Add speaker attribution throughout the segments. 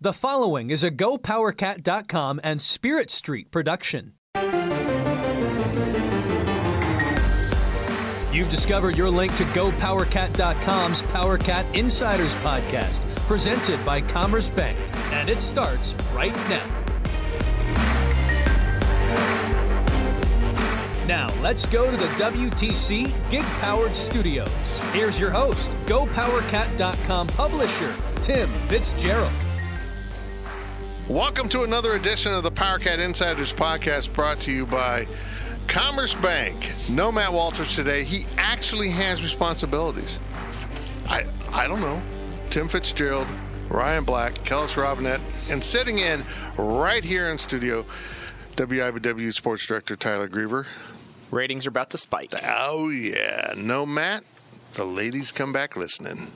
Speaker 1: The following is a GoPowerCat.com and Spirit Street production. You've discovered your link to GoPowerCat.com's PowerCat Insiders Podcast, presented by Commerce Bank, and it starts right now. Now, let's go to the WTC Gig Powered Studios. Here's your host, GoPowerCat.com publisher, Tim Fitzgerald.
Speaker 2: Welcome to another edition of the PowerCat Insiders podcast brought to you by Commerce Bank. No Matt Walters today. He actually has responsibilities. I I don't know. Tim Fitzgerald, Ryan Black, Kellis Robinette, and sitting in right here in studio, WIBW Sports Director Tyler Griever.
Speaker 3: Ratings are about to spike.
Speaker 2: Oh yeah, no Matt. The ladies come back listening.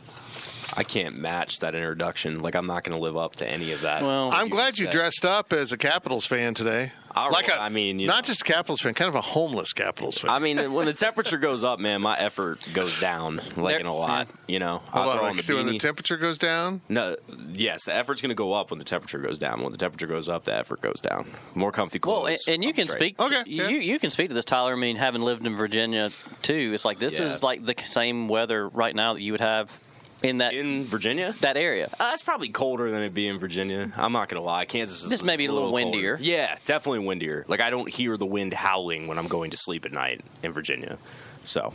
Speaker 3: I can't match that introduction. Like I'm not going to live up to any of that.
Speaker 4: Well,
Speaker 2: I'm glad you
Speaker 3: said-
Speaker 2: dressed up as a Capitals fan today.
Speaker 3: I-
Speaker 2: like a,
Speaker 3: I mean, you
Speaker 2: not
Speaker 3: know.
Speaker 2: just a Capitals fan, kind of a homeless Capitals fan.
Speaker 3: I mean, when the temperature goes up, man, my effort goes down like in a lot. You know, I
Speaker 2: Hold on,
Speaker 3: throw on
Speaker 2: like,
Speaker 3: the
Speaker 2: when the
Speaker 3: beanie.
Speaker 2: temperature goes down,
Speaker 3: no, yes, the effort's going to go up when the temperature goes down. When the temperature goes up, the effort goes down. More comfy clothes.
Speaker 4: Well, and, and you
Speaker 3: I'm
Speaker 4: can
Speaker 3: straight.
Speaker 4: speak.
Speaker 2: Okay,
Speaker 4: you
Speaker 2: yeah.
Speaker 4: you can speak to this, Tyler. I mean, having lived in Virginia too, it's like this
Speaker 3: Yeah.
Speaker 4: is like the same weather right now that you would have in that
Speaker 3: in Virginia.
Speaker 4: that area.
Speaker 3: Uh, it's probably colder than it'd be in Virginia. I'm not gonna lie. Kansas is
Speaker 4: Just maybe
Speaker 3: it's
Speaker 4: a little
Speaker 3: colder.
Speaker 4: windier.
Speaker 3: Yeah, definitely windier. Like I don't hear the wind howling when I'm going to sleep at night in Virginia. So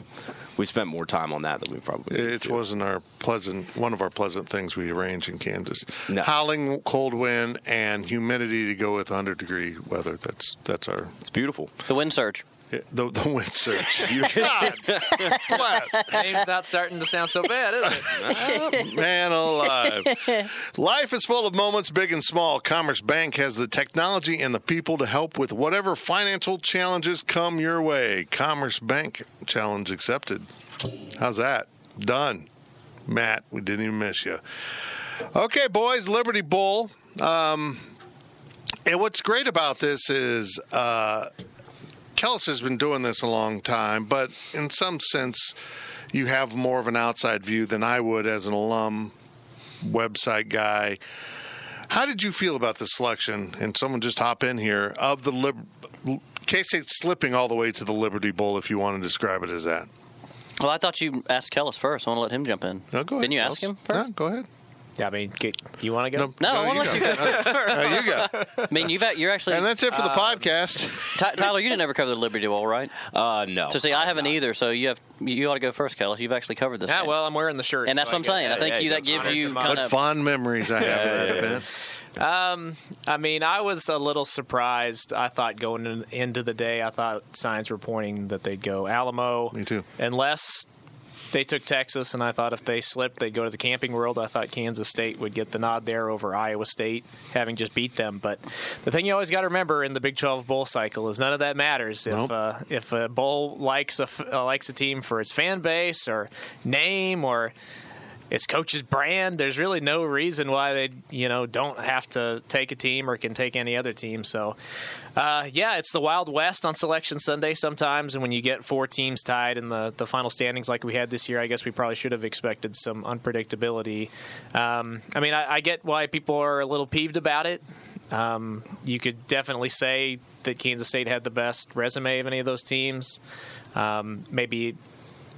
Speaker 3: we spent more time on that than we probably. needed
Speaker 2: It
Speaker 3: to.
Speaker 2: wasn't our pleasant one of our pleasant things we arrange in Kansas.
Speaker 3: No.
Speaker 2: Howling cold wind and humidity to go with 100 degree weather. That's that's our
Speaker 3: It's beautiful.
Speaker 4: The wind surge.
Speaker 2: the, the wind surge. God bless.
Speaker 5: Name's not starting to sound so bad, is it?
Speaker 2: Man alive. Life is full of moments big and small. Commerce Bank has the technology and the people to help with whatever financial challenges come your way. Commerce Bank challenge accepted. How's that? Done. Matt, we didn't even miss you. Okay, boys, Liberty Bowl. Um, and what's great about this is uh, Kellis has been doing this a long time, but in some sense, you have more of an outside view than I would as an alum, website guy. How did you feel about the selection? And someone just hop in here of the Lib- K State slipping all the way to the Liberty Bowl, if you want to describe it as that.
Speaker 4: Well, I thought you asked Kellis first. I want to let him jump in.
Speaker 2: No, go ahead.
Speaker 4: Didn't you ask
Speaker 2: Kellis.
Speaker 4: him first?
Speaker 2: No, go ahead.
Speaker 5: I mean, get, you want to go?
Speaker 4: No, I
Speaker 2: you go.
Speaker 4: wanna let
Speaker 2: No, you go.
Speaker 4: I mean, you've had, you're actually
Speaker 2: And that's it for the
Speaker 4: Um,
Speaker 2: podcast.
Speaker 4: Ty- Tyler. You didn't ever cover the Liberty Bowl, right?
Speaker 3: Uh, no.
Speaker 4: So see, I haven't either. So you have you ought to go first, Kellis. You've actually covered this.
Speaker 5: Yeah,
Speaker 4: thing.
Speaker 5: well, I'm wearing the shirt.
Speaker 4: and that's
Speaker 5: so
Speaker 4: what I'm
Speaker 5: guess-
Speaker 4: saying. I think
Speaker 3: yeah,
Speaker 4: you that
Speaker 3: it's
Speaker 4: gives
Speaker 3: honors
Speaker 4: you
Speaker 3: and
Speaker 4: kind
Speaker 2: What
Speaker 4: of
Speaker 2: fond memories I have of that event.
Speaker 5: I mean, I was a little surprised. I thought going in, into the day, I thought signs were pointing that they'd go Alamo.
Speaker 2: Me too.
Speaker 5: Unless they took Texas, and I thought if they slipped, they'd go to the Camping World. I thought Kansas State would get the nod there over Iowa State, having just beat them. But the thing you always got to remember in the Big 12 bowl cycle is none of that matters. If
Speaker 2: Nope.
Speaker 5: uh, if a bowl likes a f- uh, likes a team for its fan base or name or it's coach's brand. There's really no reason why they, you know, don't have to take a team or can take any other team. So, uh, yeah, it's the Wild West on Selection Sunday sometimes, and when you get four teams tied in the the final standings like we had this year, I guess we probably should have expected some unpredictability. Um, I mean, I, I get why people are a little peeved about it. Um, you could definitely say that Kansas State had the best resume of any of those teams. Um, maybe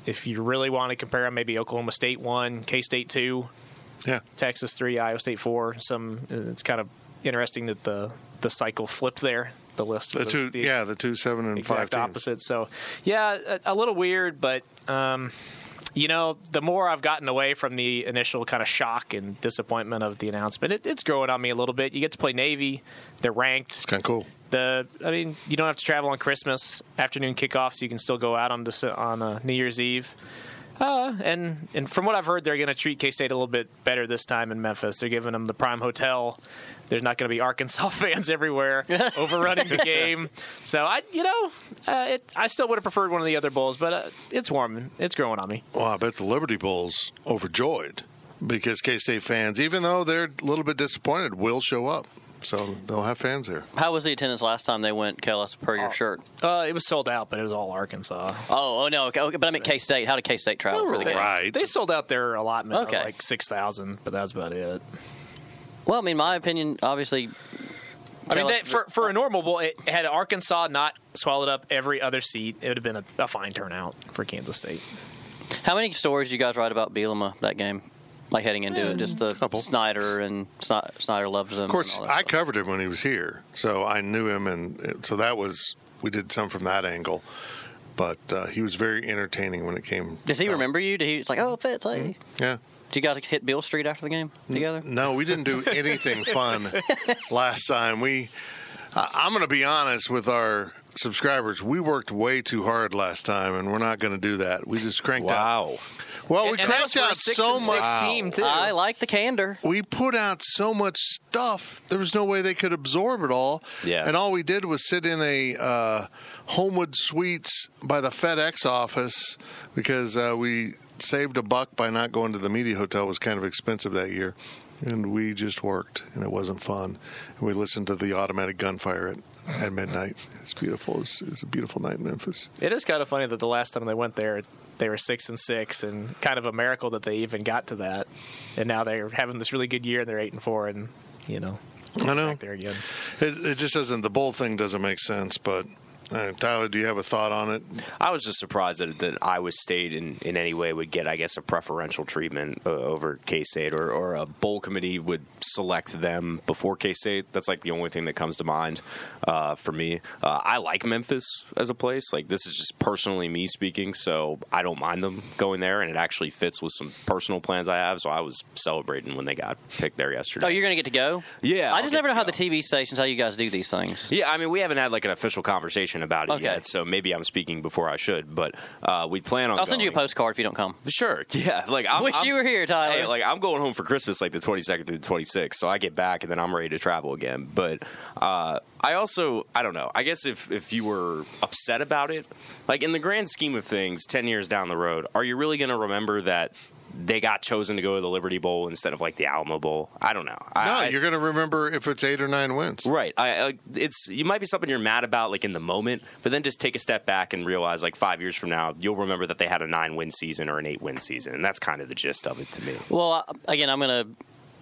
Speaker 5: if you really want to compare them, maybe Oklahoma State one, K State two,
Speaker 2: Yeah.
Speaker 5: Texas three, Iowa State four. Some it's kind of interesting that the the cycle flipped there. The list
Speaker 2: The
Speaker 5: was
Speaker 2: two,
Speaker 5: the
Speaker 2: yeah, the two seven and five
Speaker 5: exact
Speaker 2: teams.
Speaker 5: opposite. So yeah, a, a little weird, but um, you know, the more I've gotten away from the initial kind of shock and disappointment of the announcement, it, it's growing on me a little bit. You get to play Navy, they're ranked
Speaker 2: Kind of cool.
Speaker 5: the I mean, you don't have to travel on Christmas afternoon kickoffs. You can still go out on this, on uh, New Year's Eve. Uh, and and from what I've heard, they're going to treat K State a little bit better this time in Memphis. They're giving them the prime hotel. There's not going to be Arkansas fans everywhere overrunning the game. So I, you know, uh, it, I still would have preferred one of the other bowls, but uh, it's warming, it's growing on me.
Speaker 2: Well, I bet the Liberty Bulls overjoyed because K State fans, even though they're a little bit disappointed, will show up. So they'll have fans there.
Speaker 4: How was the attendance last time they went, Kellis, per your shirt?
Speaker 5: Uh, it was sold out, but it was all Arkansas.
Speaker 4: Oh, oh no, okay, okay, but I meant K State. How did K State travel for the game?
Speaker 2: Right.
Speaker 5: They sold out their allotment
Speaker 4: Oh, Okay.
Speaker 5: of like six thousand, but that was about it.
Speaker 4: Well, I mean, my opinion, obviously.
Speaker 5: I mean,
Speaker 4: Kellis-
Speaker 5: they, for for a normal bowl, it, had Arkansas not swallowed up every other seat, it would have been a, a fine turnout for Kansas State.
Speaker 4: how many stories did you guys write about Bielema that game? Like heading into it, just the
Speaker 2: Couple.
Speaker 4: Snyder and Snyder, Snyder loves him.
Speaker 2: Of course, I covered him when he was here, so I knew him, and it- so that was we did some from that angle. But uh, he was very entertaining when it came.
Speaker 4: Does he
Speaker 2: down.
Speaker 4: remember you? Did he? It's like, oh, Fitz. Hey.
Speaker 3: Hmm.
Speaker 2: Yeah.
Speaker 4: Do you guys hit Bill Street after the game together?
Speaker 2: No, we didn't do anything fun last time. We, I, I'm going to be honest with our subscribers. We worked way too hard last time, and we're not going to do that. We just cranked out.
Speaker 3: Wow.
Speaker 2: Well, we
Speaker 5: And that
Speaker 2: cranked
Speaker 5: was for a
Speaker 2: out
Speaker 5: six
Speaker 2: so
Speaker 5: and
Speaker 2: much.
Speaker 5: six team too.
Speaker 4: I like the candor.
Speaker 2: we put out so much stuff there was no way they could absorb it all
Speaker 3: Yeah.
Speaker 2: and all we did was sit in a uh, homewood suites by the fedex office because uh, we saved a buck by not going to the media hotel it was kind of expensive that year and we just worked and it wasn't fun and we listened to the automatic gunfire at, at midnight it's beautiful it's, it's a beautiful night in memphis
Speaker 5: It is kind of funny that the last time they went there, they were six and six, and kind of a miracle that they even got to that. And now they're having this really good year, and they're eight and four, and you know,
Speaker 2: i know
Speaker 5: back there again.
Speaker 2: it, it just doesn't the bowl thing doesn't make sense but uh, tyler do you have a thought on it
Speaker 3: I was just surprised that, that Iowa State in, in any way would get, I guess, a preferential treatment uh, over K State or, or a bowl committee would select them before K State. That's like the only thing that comes to mind uh, for me. Uh, I like Memphis as a place. Like, this is just personally me speaking, so I don't mind them going there, and it actually fits with some personal plans I have. So I was celebrating when they got picked there yesterday.
Speaker 4: Oh, you're gonna get to go.
Speaker 3: Yeah,
Speaker 4: I
Speaker 3: I'll
Speaker 4: just
Speaker 3: get
Speaker 4: never
Speaker 3: to
Speaker 4: know how
Speaker 3: go.
Speaker 4: the TV stations how you guys do these things.
Speaker 3: Yeah, I mean, we haven't had like an official conversation about it
Speaker 4: Okay.
Speaker 3: yet, so maybe I'm speaking before I should. But uh, we plan on.
Speaker 4: I'll send you a
Speaker 3: going.
Speaker 4: postcard if you don't come.
Speaker 3: Sure. Yeah. Like i
Speaker 4: Wish you were here, Tyler.
Speaker 3: Hey, like I'm going home for Christmas, like the 22nd through the 26th. So I get back and then I'm ready to travel again. But uh, I also, I don't know. I guess if if you were upset about it, like in the grand scheme of things, 10 years down the road, are you really going to remember that? They got chosen to go to the Liberty Bowl instead of like the Alamo Bowl. I don't know. I,
Speaker 2: No,
Speaker 3: I-
Speaker 2: you're going to remember if it's eight or nine wins.
Speaker 3: Right. I, I it's you might be something you're mad about like in the moment, but then just take a step back and realize like 5 years from now, you'll remember that they had a 9-win season or an 8-win season. And that's kind of the gist of it to me.
Speaker 4: Well, I, again, I'm gonna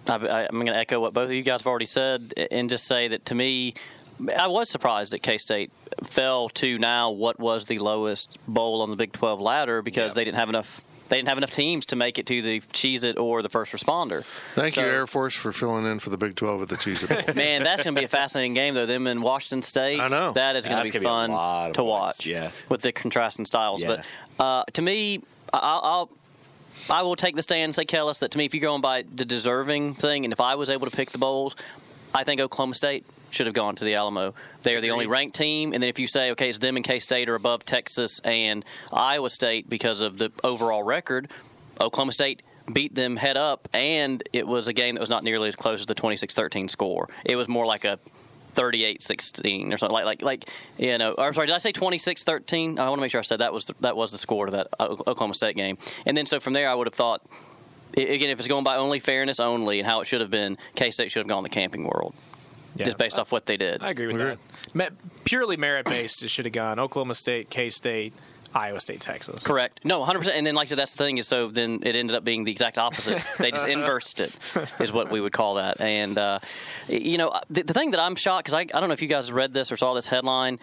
Speaker 4: I, I- I'm gonna echo what both of you guys have already said and just say that to me, I was surprised that K State fell to now what was the lowest bowl on the Big 12 ladder because they didn't have enough. They didn't have enough teams to make it to the Cheez It or the first responder.
Speaker 2: Thank you,
Speaker 4: So-
Speaker 2: Air Force, for filling in for the Big 12 at the Cheez It Bowl.
Speaker 4: Man, that's going to be a fascinating game, though. Them in Washington State.
Speaker 2: I know.
Speaker 4: That is going
Speaker 3: That's
Speaker 4: to be
Speaker 3: gonna be a
Speaker 4: fun
Speaker 3: lot of
Speaker 4: to
Speaker 3: points,
Speaker 4: watch.
Speaker 3: yeah.
Speaker 4: With the contrasting styles.
Speaker 3: Yeah.
Speaker 4: But uh, to me, I- I'll. I'll I will take the stand and say, Kellis, that to me, if you're going by the deserving thing, and if I was able to pick the bowls, I think Oklahoma State should have gone to the Alamo. They are the only ranked team. And then if you say, okay, it's them and K State are above Texas and Iowa State because of the overall record, Oklahoma State beat them head up, and it was a game that was not nearly as close as the 26 13 score. It was more like a 38-16 or something like like like you know or sorry did I say 26-13 I want to make sure I said that was the, that was the score to that O- Oklahoma State game and then so from there I would have thought i- again if it's going by only fairness only and how it should have been K-State should have gone the camping world just based off what they did
Speaker 5: I agree with
Speaker 2: Agree.
Speaker 5: that. Me- purely merit based, it should have gone Oklahoma State, K State, Iowa State, Texas.
Speaker 4: correct no 100% and then like I said that's the thing is so then it ended up being the exact opposite they just inversed it is what we would call that and uh, y- you know the, the thing that I'm shocked because I, I don't know if you guys read this or saw this headline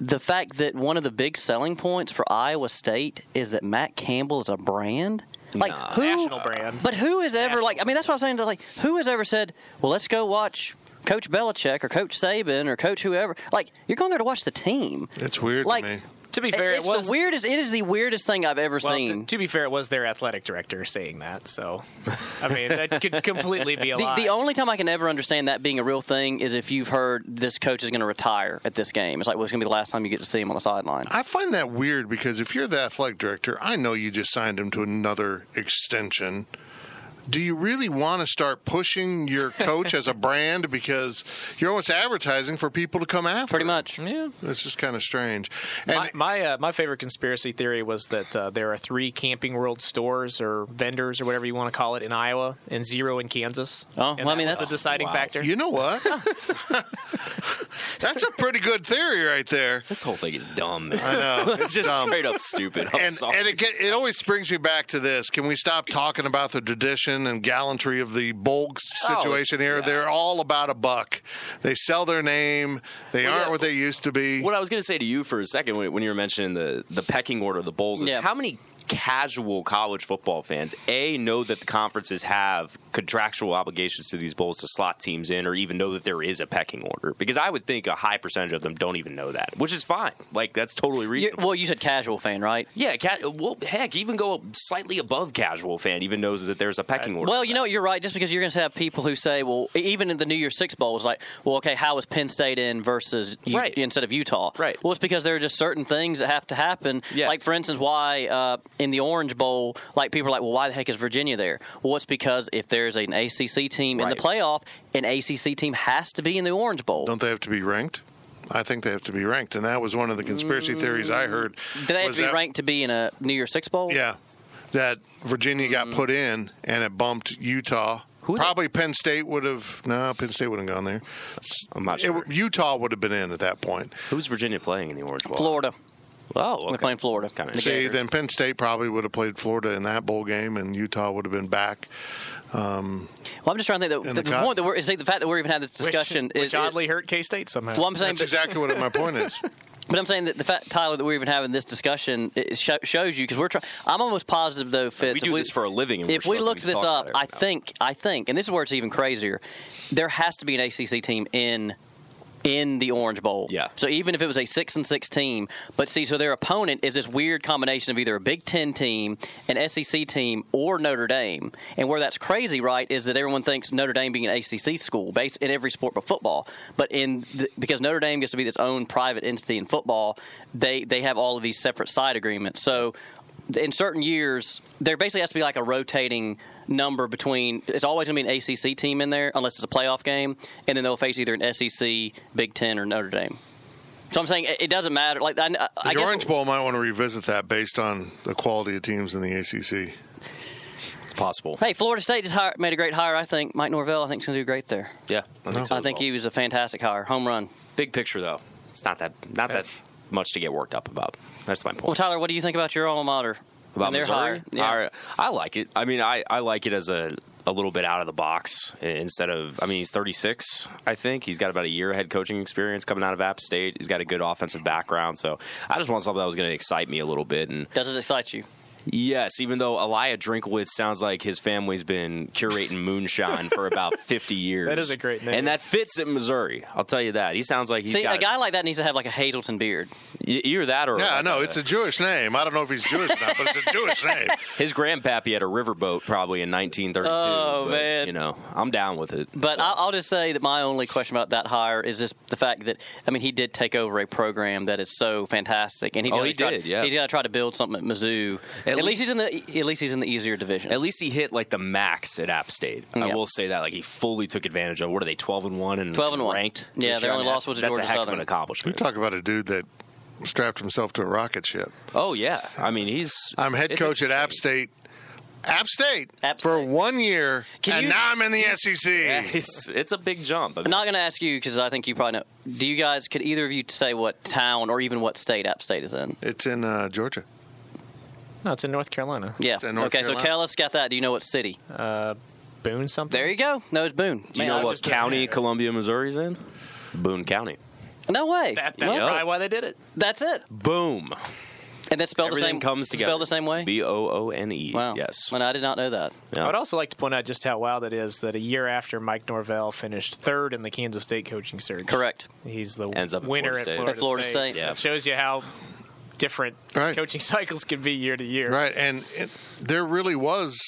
Speaker 4: the fact that one of the big selling points for Iowa State is that Matt Campbell is a brand. Like
Speaker 3: Nah.
Speaker 4: who?
Speaker 5: National brand.
Speaker 4: But who has ever
Speaker 5: National
Speaker 4: like? I mean, that's what I'm saying. Like, who has ever said, "Well, let's go watch Coach Belichick or Coach Saban or Coach whoever"? Like, you're going there to watch the team.
Speaker 2: It's weird to
Speaker 4: Like,
Speaker 2: me.
Speaker 5: To be fair, it,
Speaker 4: it's
Speaker 5: was
Speaker 4: the weirdest. It is the weirdest thing I've ever
Speaker 5: Well,
Speaker 4: seen.
Speaker 5: to, to be fair, it was their athletic director saying that. So, I mean, that could completely be a
Speaker 4: the,
Speaker 5: lie.
Speaker 4: the only time I can ever understand that being a real thing is if you've heard this coach is going to retire at this game. It's like, well, it's going to be the last time you get to see him on the sideline.
Speaker 2: I find that weird because if you're the athletic director, I know you just signed him to another extension. Do you really want to start pushing your coach as a brand because you're almost advertising for people to come after?
Speaker 4: Pretty
Speaker 2: him?
Speaker 4: much.
Speaker 5: yeah.
Speaker 2: It's just kind of strange. And
Speaker 5: my my, uh, my favorite conspiracy theory was that uh, there are three Camping World stores or vendors or whatever you want to call it in Iowa and zero in Kansas.
Speaker 4: Oh,
Speaker 5: and
Speaker 4: well, I mean,
Speaker 5: that was
Speaker 4: that's-
Speaker 5: the deciding
Speaker 3: wow.
Speaker 5: factor.
Speaker 2: you know what? That's a pretty good theory right there.
Speaker 3: This whole thing is dumb. Man.
Speaker 2: I know.
Speaker 3: It's just straight up stupid. I'm
Speaker 2: and,
Speaker 3: sorry.
Speaker 2: and it, get, it always brings me back to this. Can we stop talking about the tradition and gallantry of the bowl
Speaker 3: Oh, it's-
Speaker 2: situation here?
Speaker 3: yeah.
Speaker 2: They're all about a buck. They sell their name. They
Speaker 3: Well,
Speaker 2: aren't
Speaker 3: yeah.
Speaker 2: what they used to be.
Speaker 3: what I was going to say to you for a second when, when you were mentioning the, the pecking order of the bowls is
Speaker 4: Yeah.
Speaker 3: how many casual college football fans a know that the conferences have contractual obligations to these bowls to slot teams in or even know that there is a pecking order because i would think a high percentage of them don't even know that which is fine like that's totally
Speaker 4: You-
Speaker 3: reasonable
Speaker 4: well, you said casual fan, right?
Speaker 3: yeah ca- well heck even go slightly above casual fan even knows that there's a pecking order
Speaker 4: Well, you know, you're right. Just because you're going to have people who say, well, e, even in the New Year's Six Bowl, it's like, well, okay, how is Penn State in versus U-
Speaker 3: Right.
Speaker 4: instead of Utah?
Speaker 3: Right.
Speaker 4: Well, it's because there are just certain things that have to happen.
Speaker 3: Yeah.
Speaker 4: Like, for instance, why uh, in the Orange Bowl, like people are like, well, why the heck is Virginia there? Well, it's because if there's an ACC team in
Speaker 3: Right.
Speaker 4: the playoff, an ACC team has to be in the Orange Bowl.
Speaker 2: Don't they have to be ranked? I think they have to be ranked, and that was one of the conspiracy theories
Speaker 3: Mm.
Speaker 2: I heard.
Speaker 4: Do they have
Speaker 2: was
Speaker 4: to be
Speaker 2: that-
Speaker 4: ranked to be in a New Year's Six Bowl?
Speaker 2: Yeah, that Virginia
Speaker 3: Mm.
Speaker 2: got put in, and it bumped Utah. Probably Penn State would have. No, Penn State wouldn't have gone there.
Speaker 3: i'm not
Speaker 2: It
Speaker 3: sure
Speaker 2: w- Utah would have been in at that point.
Speaker 3: who's virginia playing in the orange bowl
Speaker 4: Florida.
Speaker 3: oh okay.
Speaker 4: We're playing Florida.
Speaker 3: Kinda
Speaker 4: The
Speaker 2: See,
Speaker 4: Gators.
Speaker 2: then Penn State probably would have played Florida in that bowl game, and Utah would have been back.
Speaker 4: Well, I'm just trying to think that
Speaker 2: In
Speaker 4: the,
Speaker 2: the con-
Speaker 4: point that we're is that the fact that we're even having this
Speaker 5: which,
Speaker 4: discussion
Speaker 5: which
Speaker 4: is
Speaker 5: oddly hurt K State somehow.
Speaker 4: Well, I'm saying,
Speaker 2: That's
Speaker 4: but-
Speaker 2: exactly what my point is.
Speaker 4: But I'm saying that the fact, Tyler, that we're even having this discussion it sho- shows you because we're trying. I'm almost positive though, Fitz.
Speaker 3: we
Speaker 4: if
Speaker 3: do this for a living. And
Speaker 4: If
Speaker 3: we're
Speaker 4: we looked
Speaker 3: struggling
Speaker 4: this
Speaker 3: to talk about
Speaker 4: up,
Speaker 3: it
Speaker 4: I
Speaker 3: right now.
Speaker 4: think, I think, and this is where it's even crazier. There has to be an ACC team in in the Orange Bowl.
Speaker 3: Yeah.
Speaker 4: So even if it was a six and six team, but see, so their opponent is this weird combination of either a Big Ten team, an SEC team, or Notre Dame. And where that's crazy, right, is that everyone thinks Notre Dame being an ACC school based in every sport but football. But in the, because Notre Dame gets to be its own private entity in football, they they have all of these separate side agreements. So in certain years, there basically has to be like a rotating number between. It's always going to be an ACC team in there, unless it's a playoff game, and then they'll face either an SEC, Big Ten, or Notre Dame. So I'm saying it, it doesn't matter. Like I, I- I
Speaker 2: The
Speaker 4: guess,
Speaker 2: Orange Bowl might want to revisit that based on the quality of teams in the ACC.
Speaker 3: it's possible.
Speaker 4: Hey, Florida State just hired, made a great hire. I think Mike Norvell. I think is going to do great there.
Speaker 3: Yeah, I think, so
Speaker 4: I
Speaker 3: as
Speaker 4: think
Speaker 3: well.
Speaker 4: he was a fantastic hire, home run.
Speaker 3: Big picture, though, it's not that not that much to get worked up about. That's my
Speaker 4: Well,
Speaker 3: point.
Speaker 4: Tyler, what do you think about your alma mater?
Speaker 3: about
Speaker 4: and their
Speaker 3: Missouri,
Speaker 4: hire? Yeah.
Speaker 3: All right. I like it. I mean, I, I like it as a a little bit out of the box i- instead of. I mean, he's 36. I think he's got about a year head coaching experience coming out of App State. He's got a good offensive background, so I just want something that was going to excite me a little bit and
Speaker 4: Does it excite you?
Speaker 3: Yes, even though Elia Drinkwitz sounds like his family's been curating moonshine for about 50 years.
Speaker 5: That is a great name.
Speaker 3: And that fits in Missouri. I'll tell you that. He sounds like he's
Speaker 4: See,
Speaker 3: got
Speaker 4: a guy like that needs to have like a Hazleton beard.
Speaker 3: y- either that or
Speaker 2: Yeah, I
Speaker 3: like
Speaker 2: know.
Speaker 3: a-
Speaker 2: It's a Jewish name. I don't know if he's Jewish or not, but it's a Jewish name.
Speaker 3: his grandpappy had a riverboat probably in 1932.
Speaker 4: Oh,
Speaker 3: but,
Speaker 4: man.
Speaker 3: You know, I'm down with it.
Speaker 4: But
Speaker 3: So,
Speaker 4: I'll, I'll just say that my only question about that hire is just the fact that I mean he did take over a program that is so fantastic, and he's
Speaker 3: Oh,
Speaker 4: gotta
Speaker 3: he
Speaker 4: try
Speaker 3: did,
Speaker 4: To,
Speaker 3: yeah.
Speaker 4: he's got to try to build something at Mizzou. At, least, he's in the at least he's in the easier division.
Speaker 3: at least he hit like the max at App State. I
Speaker 4: Yeah.
Speaker 3: will say that like he fully took advantage of. What are they 12 and 1 and
Speaker 4: 12 and 1.
Speaker 3: ranked?
Speaker 4: Yeah,
Speaker 3: this
Speaker 4: their
Speaker 3: year? I
Speaker 4: only
Speaker 3: mean,
Speaker 4: loss was to
Speaker 3: that's,
Speaker 4: Georgia
Speaker 3: that's a heck of
Speaker 4: Southern.
Speaker 3: an accomplishment.
Speaker 2: Talk about a dude that strapped himself to a rocket ship.
Speaker 3: Oh yeah. I mean, he's
Speaker 2: I'm head
Speaker 3: it's
Speaker 2: coach at App
Speaker 3: insane.
Speaker 2: State. App State
Speaker 4: App
Speaker 2: for
Speaker 4: State.
Speaker 2: one year,
Speaker 4: Can
Speaker 2: and
Speaker 4: you-
Speaker 2: now I'm in the E SEC.
Speaker 3: Yeah, it's it's a big jump. I
Speaker 4: I'm
Speaker 3: mean,
Speaker 4: not going to ask you because I think you probably know. Do you guys could either of you say what town or even what state App State is in?
Speaker 2: It's in uh, Georgia.
Speaker 5: no, it's in North Carolina.
Speaker 4: Yeah.
Speaker 2: in North
Speaker 4: okay, so
Speaker 2: Carolina.
Speaker 4: Kellis got that. Do you know what city?
Speaker 5: Boone something.
Speaker 4: There you go. No, it's Boone.
Speaker 3: Do you
Speaker 4: Man,
Speaker 3: know
Speaker 4: I
Speaker 3: what
Speaker 4: just-
Speaker 3: county Columbia, Missouri's in? Boone County.
Speaker 4: No way.
Speaker 5: That, that's
Speaker 4: Well,
Speaker 5: probably why they did it.
Speaker 4: that's it.
Speaker 3: Boom.
Speaker 4: And that's spelled
Speaker 3: Everything
Speaker 4: the same.
Speaker 3: comes together.
Speaker 4: Spelled the same way.
Speaker 3: B O O N E.
Speaker 4: wow.
Speaker 3: Yes.
Speaker 4: And I did not know that.
Speaker 3: Yeah.
Speaker 5: I would also like to point out just how wild it is that a year after Mike Norvell finished third in the Kansas State coaching search,
Speaker 4: Correct.
Speaker 5: He's the
Speaker 3: Ends up at
Speaker 5: winner
Speaker 3: Florida
Speaker 5: at
Speaker 3: State.
Speaker 5: Florida,
Speaker 4: At Florida State.
Speaker 3: Yeah.
Speaker 5: Shows you how different
Speaker 2: Right.
Speaker 5: coaching cycles can be year to year.
Speaker 2: Right, and it, there really was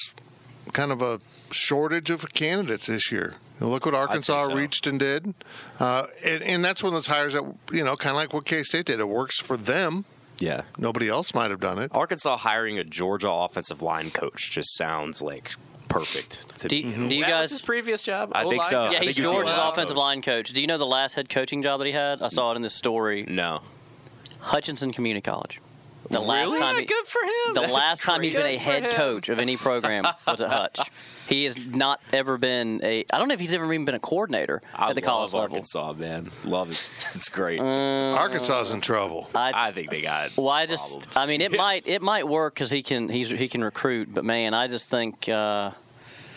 Speaker 2: kind of a shortage of candidates this year. And Look what Arkansas
Speaker 3: so.
Speaker 2: reached and did, uh, and, and that's one of those hires that you know, kind of like what K State did. It works for them.
Speaker 3: Yeah.
Speaker 2: Nobody else might have done it.
Speaker 3: Arkansas hiring a Georgia offensive line coach just sounds like perfect. To
Speaker 4: Do,
Speaker 3: me.
Speaker 4: do
Speaker 5: That was
Speaker 4: you guys?
Speaker 5: his previous job.
Speaker 3: I think
Speaker 5: O-line
Speaker 3: so.
Speaker 5: coach?
Speaker 3: I
Speaker 4: yeah,
Speaker 3: think
Speaker 4: he's
Speaker 3: he was the
Speaker 4: Georgia's
Speaker 3: O-line
Speaker 4: offensive line coach. Do you know the last head coaching job that he had? I saw it in this story.
Speaker 3: No.
Speaker 4: Hutchinson Community College. The last
Speaker 3: Really?
Speaker 4: time
Speaker 5: Yeah,
Speaker 4: he,
Speaker 5: good for him.
Speaker 4: the
Speaker 5: That's
Speaker 4: last time he's been
Speaker 5: great.
Speaker 4: a
Speaker 5: Good
Speaker 4: head
Speaker 5: for him.
Speaker 4: coach of any program was at Hutch. He has not ever been a. I don't know if he's ever even been a coordinator
Speaker 3: I
Speaker 4: at the
Speaker 3: love
Speaker 4: college level.
Speaker 3: Arkansas, man. Love it. It's great.
Speaker 2: Arkansas's in trouble.
Speaker 4: I,
Speaker 3: I think they got.
Speaker 4: well, I
Speaker 3: some
Speaker 4: just.
Speaker 3: problems.
Speaker 4: I mean, it might it might work because he can he's he can recruit, but man, I just think uh,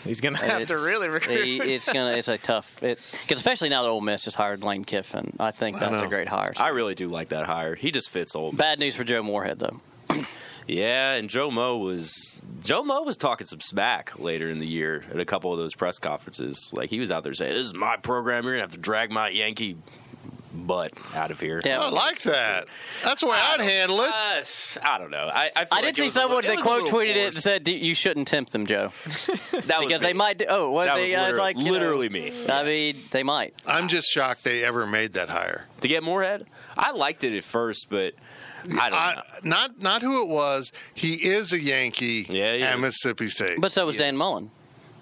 Speaker 5: He's going to have to
Speaker 4: it's-
Speaker 5: really recruit.
Speaker 4: he- it's gonna it's a tough it because especially now that Ole Miss just hired Lane Kiffin. I think that's
Speaker 2: know.
Speaker 4: a great hire.
Speaker 3: I really do like that hire. He just fits old.
Speaker 4: Bad news for Joe Moorhead though.
Speaker 3: Yeah, and Joe Mo was Joe Mo was talking some smack later in the year at a couple of those press conferences. Like he was out there saying, "This is my program. You're gonna have to drag my Yankee butt out of here."
Speaker 4: Yeah.
Speaker 2: I like that. That's the way I'd handle it.
Speaker 3: Uh, I don't know. I I, feel
Speaker 4: I
Speaker 3: like
Speaker 4: did
Speaker 3: it
Speaker 4: see
Speaker 3: was a little-
Speaker 4: someone
Speaker 3: it
Speaker 4: that
Speaker 3: was a
Speaker 4: quote
Speaker 3: little
Speaker 4: tweeted it and
Speaker 3: forced.
Speaker 4: said, "You shouldn't tempt them, Joe."
Speaker 3: that was
Speaker 4: because
Speaker 3: me.
Speaker 4: they might. do- Oh, what
Speaker 3: That
Speaker 4: they
Speaker 3: was
Speaker 4: I
Speaker 3: literally,
Speaker 4: like you know,
Speaker 3: literally me.
Speaker 4: I mean, they might.
Speaker 2: I'm just shocked they ever made that hire.
Speaker 3: to get Moorhead, I liked it at first, but I don't
Speaker 2: I,
Speaker 3: know.
Speaker 2: not not who it was. He is a Yankee
Speaker 3: Yeah, he
Speaker 2: at
Speaker 3: is.
Speaker 2: Mississippi State.
Speaker 4: But so was Dan
Speaker 3: Yes.
Speaker 4: Mullen.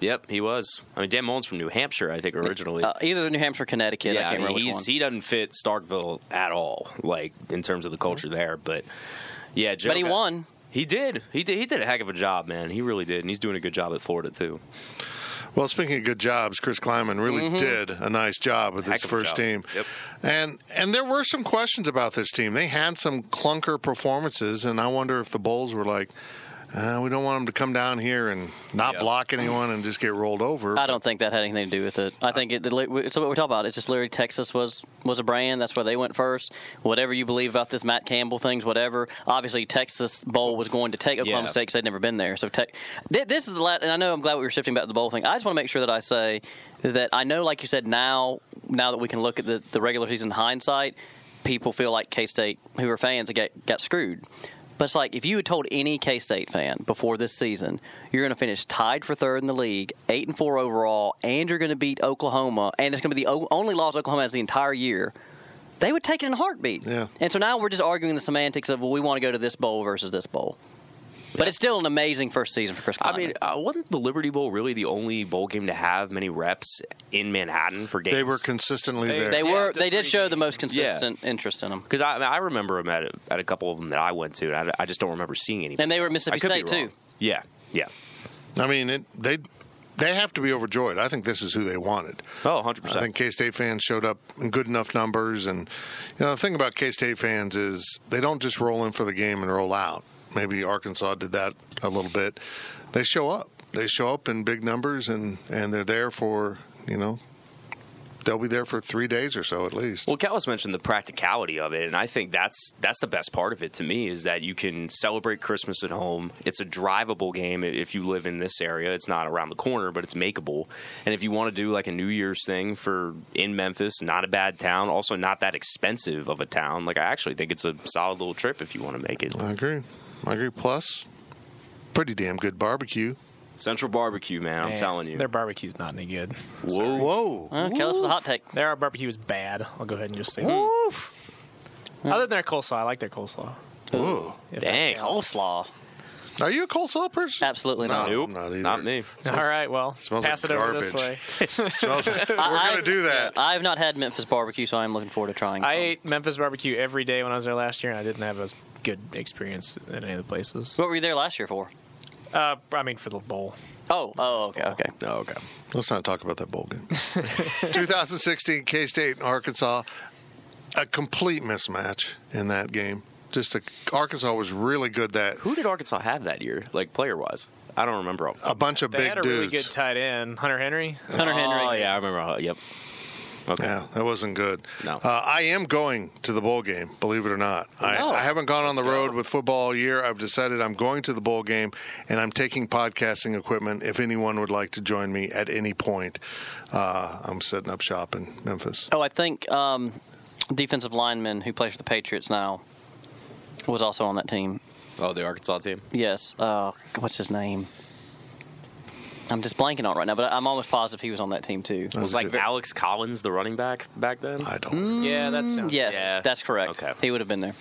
Speaker 3: Yep, he was. I mean, Dan Mullen's from New Hampshire, I think, originally.
Speaker 4: Uh, either New Hampshire, or Connecticut. I
Speaker 3: yeah,
Speaker 4: can't
Speaker 3: I mean,
Speaker 4: remember which
Speaker 3: he's,
Speaker 4: one.
Speaker 3: he doesn't fit Starkville at all, like in terms of the culture there. But yeah, Joe
Speaker 4: Mm-hmm. but he
Speaker 3: got-
Speaker 4: won.
Speaker 3: He did. He did. He did a heck of a job, man. He really did, and he's doing a good job at Florida too.
Speaker 2: Well, speaking of good jobs, Chris Kleiman really did a nice job with his
Speaker 3: Mm-hmm. Heck of a
Speaker 2: first
Speaker 3: job.
Speaker 2: team.
Speaker 3: Yep.
Speaker 2: And and there were some questions about this team. They had some clunker performances, and I wonder if the Bulls were like, uh, we don't want them to come down here and not
Speaker 3: Yeah.
Speaker 2: block anyone and just get rolled over.
Speaker 4: I don't think that had anything to do with it.
Speaker 3: Uh,
Speaker 4: I think it. It's what we're talking about. It's just literally Texas was was a brand. That's where they went first. Whatever you believe about this Matt Campbell things, whatever. Obviously, Texas Bowl was going to take Oklahoma
Speaker 3: Yeah.
Speaker 4: State because they'd never been there. So tech, thi- this is the last. And I know I'm glad we were shifting back to the bowl thing. I just want to make sure that I say that I know, like you said, now now that we can look at the, the regular season in hindsight, people feel like K State who are fans got got screwed. But it's like if you had told any K State fan before this season, you're going to finish tied for third in the league, eight and four overall, and you're going to beat Oklahoma, and it's going to be the o- only loss Oklahoma has the entire year, they would take it in a heartbeat.
Speaker 2: Yeah.
Speaker 4: And so now we're just arguing the semantics of well, we want to go to this bowl versus this bowl. But it's still an amazing first season for Chris.
Speaker 3: I
Speaker 4: Kleiman.
Speaker 3: mean, uh, wasn't the Liberty Bowl really the only bowl game to have many reps in Manhattan for games?
Speaker 2: They were consistently there.
Speaker 4: they
Speaker 5: Yeah,
Speaker 4: were
Speaker 5: just
Speaker 4: they did
Speaker 5: three
Speaker 4: show the most
Speaker 3: games. Yeah.
Speaker 4: consistent interest in them,
Speaker 3: because I, I, mean, I remember him at a, at a couple of them that I went to, and I, I just don't remember seeing any.
Speaker 4: and they were
Speaker 3: I
Speaker 4: at Mississippi
Speaker 3: could be
Speaker 4: State too.
Speaker 3: wrong. Yeah, yeah.
Speaker 2: I mean, it, they they have to be overjoyed. I think this is who they wanted.
Speaker 3: Oh, 100
Speaker 2: I think
Speaker 3: percent.
Speaker 2: K State fans showed up in good enough numbers, and you know the thing about K State fans is they don't just roll in for the game and roll out. Maybe Arkansas did that a little bit. They show up. They show up in big numbers, and and they're there for you know they'll be there for three days or so at least.
Speaker 3: Well, Callis mentioned the practicality of it, and I think that's that's the best part of it to me is that you can celebrate Christmas at home. It's a drivable game i- if you live in this area. It's not around the corner, but it's makeable. And if you want to do like a New Year's thing for in Memphis, not a bad town, also not that expensive of a town. Like I actually think it's a solid little trip if you want to make it.
Speaker 2: I agree. I agree. Plus, pretty damn good barbecue.
Speaker 3: Central Barbecue, man, I'm
Speaker 5: Man,
Speaker 3: telling you.
Speaker 5: Their barbecue's not any good.
Speaker 3: Whoa.
Speaker 2: Whoa.
Speaker 4: Uh, Kellis with a hot take.
Speaker 5: Their barbecue is bad. I'll go ahead and just say that. Other than their coleslaw, I like their coleslaw.
Speaker 2: Whoa.
Speaker 5: If
Speaker 3: Dang.
Speaker 4: Coleslaw.
Speaker 2: Are you a coleslaw person?
Speaker 4: Absolutely
Speaker 2: No.
Speaker 4: not.
Speaker 3: Nope,
Speaker 2: I'm not
Speaker 3: not,
Speaker 2: either.
Speaker 3: me.
Speaker 5: All right, well,
Speaker 2: Smells
Speaker 5: pass
Speaker 2: like
Speaker 5: it over this way.
Speaker 2: garbage. Smells like- We're
Speaker 4: I-
Speaker 2: gonna
Speaker 4: I've-
Speaker 2: do that.
Speaker 4: I have not had Memphis barbecue, so I'm looking forward to trying.
Speaker 5: I
Speaker 4: some.
Speaker 5: ate Memphis barbecue every day when I was there last year, and I didn't have a good experience at any of the places.
Speaker 4: What were you there last year for?
Speaker 5: Uh, I mean, for the bowl.
Speaker 4: Oh, oh, okay, okay.
Speaker 3: Oh, okay.
Speaker 2: Let's not talk about that bowl game. 2016, K State and Arkansas, a complete mismatch in that game. Just a, Arkansas was really good that
Speaker 3: Who did Arkansas have that year, like player wise? I don't remember. off the
Speaker 2: a bunch of
Speaker 5: They
Speaker 2: big
Speaker 5: had a
Speaker 2: dudes.
Speaker 5: really good tight end, Hunter Henry.
Speaker 4: Hunter Henry.
Speaker 3: Oh yeah, I remember. how- Yep. Okay.
Speaker 2: yeah, that wasn't good.
Speaker 3: No.
Speaker 2: Uh, I am going to the bowl game, believe it or not.
Speaker 5: Oh,
Speaker 2: I,
Speaker 4: No.
Speaker 2: I haven't gone on the road with football all year. I've decided I'm going to the bowl game and I'm taking podcasting equipment if anyone would like to join me at any point. Uh, I'm setting up shop in Memphis.
Speaker 4: Oh, I think um, defensive lineman who plays for the Patriots now. was also on that team.
Speaker 3: Oh, the Arkansas team.
Speaker 4: Yes. Uh, what's his name? I'm just blanking on it right now, but I'm almost positive he was on that team too.
Speaker 3: Was like Alex Collins the running back back then?
Speaker 2: I don't.
Speaker 5: Yeah, that sounds.
Speaker 4: Mm, Yes,
Speaker 3: Yeah.
Speaker 4: that's correct.
Speaker 3: Okay.
Speaker 4: He would have been there.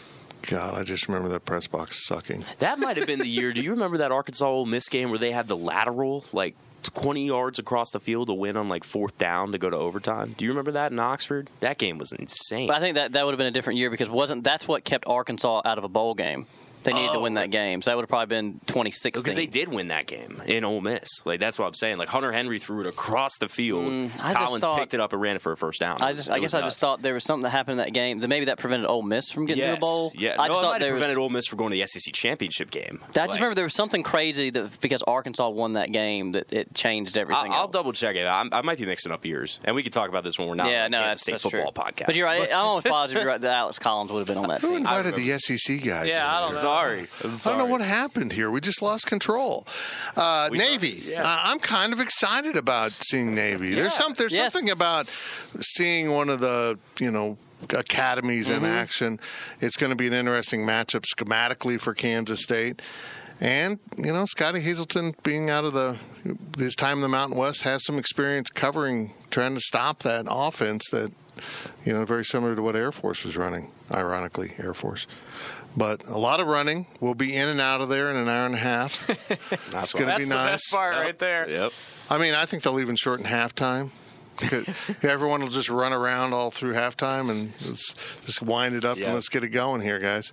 Speaker 2: God, I just remember that press box sucking.
Speaker 3: That might have been the year. Do you remember that Arkansas Ole Miss game where they had the lateral like 20 yards across the field to win on like fourth down to go to overtime? Do you remember that in Oxford? That game was insane.
Speaker 4: But I think that that would have been a different year because wasn't that's what kept Arkansas out of a bowl game. They needed to
Speaker 3: Oh,
Speaker 4: win that game, so that would have probably been 2016.
Speaker 3: because they did win that game in Ole Miss. Like that's what I'm saying. Like Hunter Henry threw it across the field.
Speaker 4: Mm, I just
Speaker 3: Collins
Speaker 4: thought-
Speaker 3: picked it up and ran it for a first down.
Speaker 4: I
Speaker 3: It was-
Speaker 4: just,
Speaker 3: it
Speaker 4: I
Speaker 3: was
Speaker 4: guess I just
Speaker 3: nuts.
Speaker 4: thought there was something that happened in that game that maybe that prevented Ole Miss from getting to
Speaker 3: yes.
Speaker 4: a bowl.
Speaker 3: Yeah, no,
Speaker 4: I just
Speaker 3: it
Speaker 4: thought
Speaker 3: might have
Speaker 4: there was.
Speaker 3: prevented Ole Miss from going to the SEC championship game.
Speaker 4: I just remember there was something crazy that because Arkansas won that game that it changed
Speaker 3: I,
Speaker 4: everything.
Speaker 3: will
Speaker 4: else.
Speaker 3: double check it. I'm, I might be mixing up years, and we can talk about this when we're not.
Speaker 4: yeah,
Speaker 3: on the
Speaker 4: no,
Speaker 3: Kansas
Speaker 4: that's,
Speaker 3: State
Speaker 4: that's
Speaker 3: football
Speaker 4: true.
Speaker 3: podcast.
Speaker 4: But you're right. I'm almost positive you're right that Alex Collins would have been on that
Speaker 2: Who
Speaker 4: team.
Speaker 2: invited the SEC guys?
Speaker 5: Yeah,
Speaker 2: in
Speaker 5: I don't
Speaker 2: here?
Speaker 5: know.
Speaker 3: Sorry. I'm
Speaker 2: I
Speaker 3: sorry.
Speaker 2: don't know what happened here. We just lost control. Uh, Navy. Uh, I'm kind of excited about seeing Navy. There's some. There's
Speaker 4: Yes.
Speaker 2: something about seeing one of the you know academies in action. It's going to be an interesting matchup schematically for Kansas State. And you know, Scotty Hazelton being out of the his time in the Mountain West has some experience covering, trying to stop that offense that you know very similar to what Air Force was running. Ironically, Air Force, but a lot of running. We'll be in and out of there in an hour and a half. it's going to
Speaker 5: That's
Speaker 2: be
Speaker 5: the
Speaker 2: nice.
Speaker 5: best part right there.
Speaker 3: Yep.
Speaker 2: I mean, I think they'll even shorten halftime. 'Cause Everyone will just run around all through halftime and let's just wind it up
Speaker 3: Yeah.
Speaker 2: and let's get it going here, guys.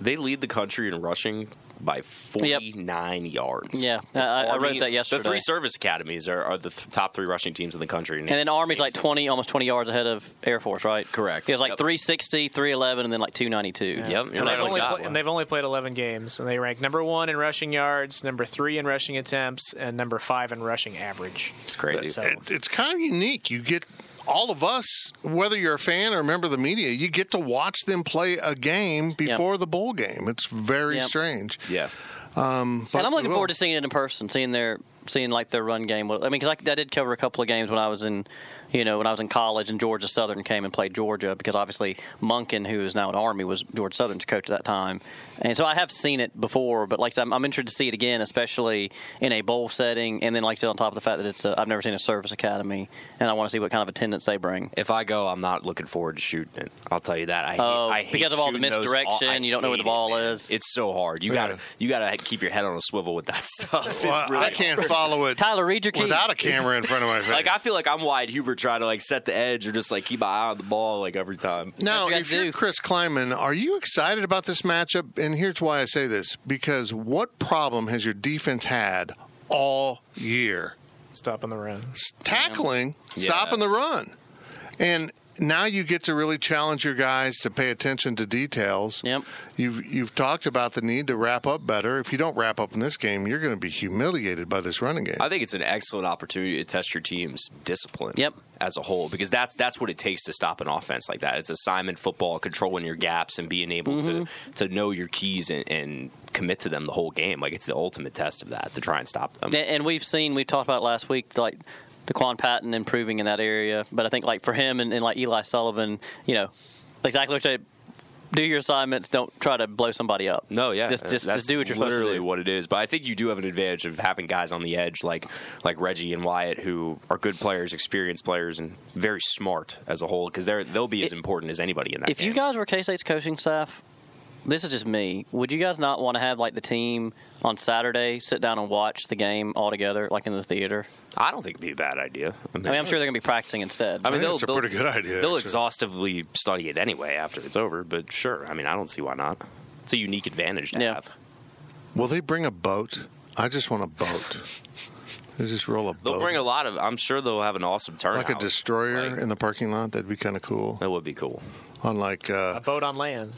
Speaker 3: They lead the country in rushing by 49 yards.
Speaker 4: Yeah,
Speaker 3: That's
Speaker 4: I- I
Speaker 3: Army-
Speaker 4: read that yesterday.
Speaker 3: The three service academies are, are the th- top three rushing teams in the country.
Speaker 4: And then Army's like 20, almost 20 yards ahead of Air Force, right?
Speaker 3: Correct.
Speaker 4: It was like
Speaker 3: Yep.
Speaker 4: 360, 311, and then like 292.
Speaker 3: Yep, you're
Speaker 5: And they've,
Speaker 3: right on
Speaker 5: only
Speaker 3: that
Speaker 5: pla-
Speaker 3: one.
Speaker 5: and they've only played 11 games, and they rank number one in rushing yards, number three in rushing attempts, and number five in rushing average.
Speaker 3: It's crazy.
Speaker 5: So-
Speaker 2: It, it's kind of unique. You get all of us, whether you're a fan or a member of the media, you get to watch them play a game before the bowl game. It's very
Speaker 4: Yep.
Speaker 2: strange.
Speaker 3: yeah.
Speaker 4: and I'm looking
Speaker 2: well-
Speaker 4: forward to seeing it in person, seeing their seeing like their run game. Well, I mean, because I, I did cover a couple of games when I was in, you know, when I was in college, and Georgia Southern came and played Georgia because obviously Munkin, who is now at Army, was Georgia Southern's coach at that time, and so I have seen it before. But like I said, I'm, I'm interested to see it again, especially in a bowl setting, and then like I said, on top of the fact that it's a, I've never seen a service academy, and I want to see what kind of attendance they bring.
Speaker 3: If I go, I'm not looking forward to shooting it. I'll tell you that. I hate,
Speaker 4: Oh,
Speaker 3: I hate
Speaker 4: because of all the
Speaker 3: shooting those
Speaker 4: misdirection,
Speaker 3: I
Speaker 4: you don't know where the
Speaker 3: hate
Speaker 4: ball
Speaker 3: man.
Speaker 4: is.
Speaker 3: It's so hard. You
Speaker 2: Yeah.
Speaker 3: gotta you gotta keep your head on a swivel with that stuff.
Speaker 2: Well,
Speaker 3: it's really
Speaker 2: I can't
Speaker 3: hard.
Speaker 2: follow it
Speaker 4: Tyler, read your keys.
Speaker 2: without a camera in front of my face.
Speaker 3: Like I feel like I'm wide Huber trying to like set the edge or just like keep my eye on the ball like every time.
Speaker 2: Now,
Speaker 4: That's what you
Speaker 2: if
Speaker 4: gotta
Speaker 2: you're
Speaker 4: do.
Speaker 2: Chris Kleiman, are you excited about this matchup? And here's why I say this because what problem has your defense had all year?
Speaker 5: Stop on the run.
Speaker 2: S- Tackling,
Speaker 3: Yeah.
Speaker 2: stopping the run. And now you get to really challenge your guys to pay attention to details.
Speaker 4: Yep.
Speaker 2: You've you've talked about the need to wrap up better. If you don't wrap up in this game, you're going to be humiliated by this running game.
Speaker 3: I think it's an excellent opportunity to test your team's discipline.
Speaker 4: Yep.
Speaker 3: As a whole, because that's that's what it takes to stop an offense like that. It's assignment football, controlling your gaps and being able to to know your keys and, and commit to them the whole game. Like it's the ultimate test of that to try and stop them.
Speaker 4: And, and we've seen, we talked about last week, like Daquan Patton improving in that area. But I think like for him and, and like Eli Sullivan, you know, exactly what you said, do your assignments. Don't try to blow somebody up.
Speaker 3: No, yeah,
Speaker 4: Just, just,
Speaker 3: that's
Speaker 4: just do what you're supposed
Speaker 3: literally
Speaker 4: to do.
Speaker 3: what it is. But I think you do have an advantage of having guys on the edge like like Reggie and Wyatt, who are good players, experienced players, and very smart as a whole. Because they're they'll be as
Speaker 4: If-
Speaker 3: important as anybody in that.
Speaker 4: If you
Speaker 3: game.
Speaker 4: guys were K State's coaching staff, this is just me. Would you guys not want to have like the team on Saturday sit down and watch the game all together, like in the theater?
Speaker 3: I don't think it'd be a bad idea.
Speaker 4: I mean, I'm sure they're going to be practicing instead.
Speaker 3: I mean,
Speaker 2: think
Speaker 3: they'll,
Speaker 2: it's a
Speaker 3: they'll-
Speaker 2: pretty good idea,
Speaker 3: They'll
Speaker 2: actually.
Speaker 3: exhaustively study it anyway after it's over. But sure, I mean, I don't see why not. It's a unique advantage to
Speaker 4: Yeah.
Speaker 3: have.
Speaker 2: Will they bring a boat? I just want a boat. They just roll a
Speaker 3: They'll
Speaker 2: boat.
Speaker 3: bring a lot of. I'm sure they'll have an awesome turnout.
Speaker 2: like a destroyer
Speaker 3: Like,
Speaker 2: in the parking lot. That'd be kind of cool.
Speaker 3: that would be cool.
Speaker 2: On like uh,
Speaker 5: A boat on land.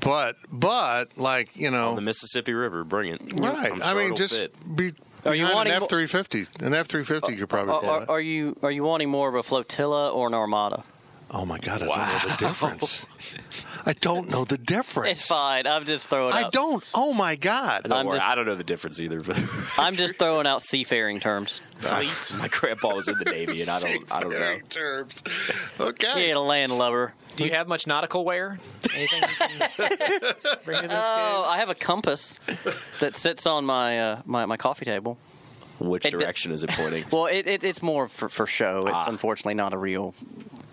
Speaker 2: But but like you know,
Speaker 3: The Mississippi River, bring it.
Speaker 2: Oh. right?
Speaker 3: I'm
Speaker 2: I
Speaker 3: sure
Speaker 2: mean,
Speaker 3: it'll
Speaker 2: just
Speaker 3: fit.
Speaker 2: be.
Speaker 4: Are you
Speaker 2: behind
Speaker 4: wanting
Speaker 2: an
Speaker 4: mo-
Speaker 2: F three fifty? An F three fifty could probably.
Speaker 4: are,
Speaker 2: pull
Speaker 4: are,
Speaker 2: it.
Speaker 4: are you are you wanting more of a flotilla or an armada?
Speaker 2: oh my god! I don't know the difference. I don't know the difference.
Speaker 4: It's fine. I'm just throwing.
Speaker 2: I
Speaker 4: out,
Speaker 2: don't. Oh my
Speaker 3: I
Speaker 2: God.
Speaker 3: don't,
Speaker 4: I'm
Speaker 3: worry,
Speaker 4: just-
Speaker 3: I don't know the difference either. But
Speaker 4: I'm just throwing out seafaring terms.
Speaker 3: fleet. My grandpa was in the navy, and I don't. I don't know.
Speaker 2: Seafaring terms.
Speaker 4: He
Speaker 2: Okay.
Speaker 4: ain't a landlubber.
Speaker 5: Do you have much nautical wear? Anything you can bring to this
Speaker 4: Oh, I have a compass that sits on my uh, my, my coffee table.
Speaker 3: Which
Speaker 4: It d-
Speaker 3: direction is it pointing?
Speaker 4: Well, it, it, it's more for, for show. It's
Speaker 3: Ah.
Speaker 4: unfortunately not a real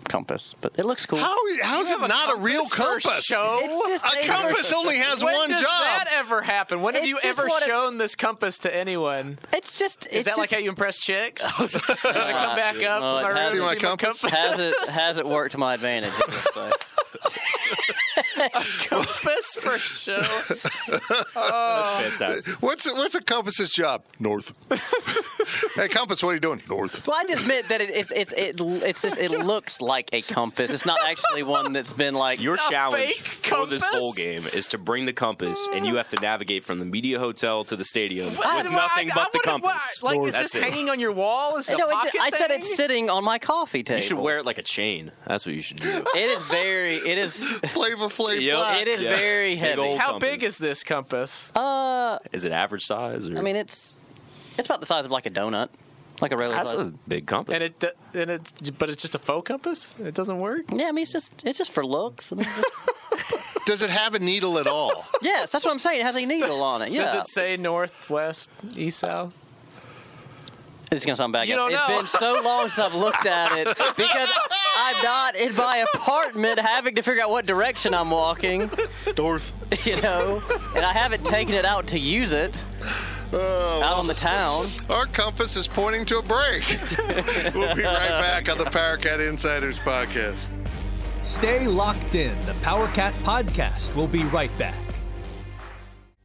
Speaker 4: compass, but it looks cool.
Speaker 2: How how's it
Speaker 5: game?
Speaker 2: not a, real
Speaker 5: compass for
Speaker 2: compass?
Speaker 5: Show?
Speaker 4: It's just
Speaker 2: A compass only has
Speaker 5: when
Speaker 2: one
Speaker 5: does
Speaker 2: job.
Speaker 5: that ever happen? When have
Speaker 4: It's
Speaker 5: you
Speaker 4: just
Speaker 5: ever
Speaker 4: what it-
Speaker 5: shown this compass to anyone?
Speaker 4: It's just.
Speaker 5: Is
Speaker 4: it's
Speaker 5: that
Speaker 4: just,
Speaker 5: like how you impress chicks? Does it come back up?
Speaker 4: no, it
Speaker 5: "Am I ready to
Speaker 4: hasn't. See
Speaker 2: my
Speaker 5: see my
Speaker 2: compass?"
Speaker 5: compass?
Speaker 4: has it has it worked to my advantage? I guess, so.
Speaker 5: compass for show.
Speaker 3: That's fantastic.
Speaker 2: What's what's a compass's job? North. hey, compass, what are you doing? North.
Speaker 4: Well, I just meant that it, it's it's it, it's just it looks like a compass. It's not actually one that's been like
Speaker 3: Your challenge
Speaker 5: fake
Speaker 3: for this
Speaker 5: compass?
Speaker 3: bowl game is to bring the compass, and you have to navigate from the media hotel to the stadium
Speaker 5: Why-
Speaker 3: with
Speaker 5: why-
Speaker 3: nothing
Speaker 5: I
Speaker 3: but the
Speaker 5: wonder why-
Speaker 3: compass.
Speaker 5: like, is
Speaker 3: That's
Speaker 5: this
Speaker 3: it.
Speaker 5: hanging on your wall? Is it a
Speaker 4: No, it's
Speaker 5: pocket
Speaker 4: I said
Speaker 5: thing?
Speaker 4: it's sitting on my coffee table.
Speaker 3: You should wear it like a chain. That's what you should do.
Speaker 4: It is very. It is.
Speaker 2: Flavor Flav
Speaker 3: Yep.
Speaker 2: Flav.
Speaker 4: It is
Speaker 3: Yeah.
Speaker 4: very
Speaker 3: Big
Speaker 4: heavy.
Speaker 3: old
Speaker 5: How
Speaker 3: compass.
Speaker 5: big is this compass?
Speaker 4: Uh,
Speaker 3: Is it average size? Or?
Speaker 4: I mean, it's it's about the size of like a donut, like a regular.
Speaker 3: that's
Speaker 4: size.
Speaker 3: a big compass.
Speaker 5: and it do- and it's but it's just a faux compass. It doesn't work.
Speaker 4: Yeah, I mean, it's just it's just for looks. I mean, just-
Speaker 2: Does it have a needle at all?
Speaker 4: yes, that's what I'm saying. It has a needle on it. Yeah,
Speaker 5: Does it say north, west, east, south?
Speaker 4: it's gonna sound bad.
Speaker 5: You don't
Speaker 4: again. It's
Speaker 5: know.
Speaker 4: been so long since I've looked at it because I'm not in my apartment having to figure out what direction I'm walking.
Speaker 2: North.
Speaker 4: you know, and I haven't taken it out to use it out on the town.
Speaker 2: Our compass is pointing to a break. we'll be right back on the Powercat Insiders podcast.
Speaker 1: Stay locked in. The PowerCat podcast will be right back.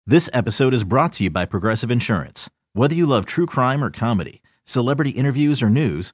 Speaker 6: This episode is brought to you by Progressive Insurance. Whether you love true crime or comedy, celebrity interviews or news,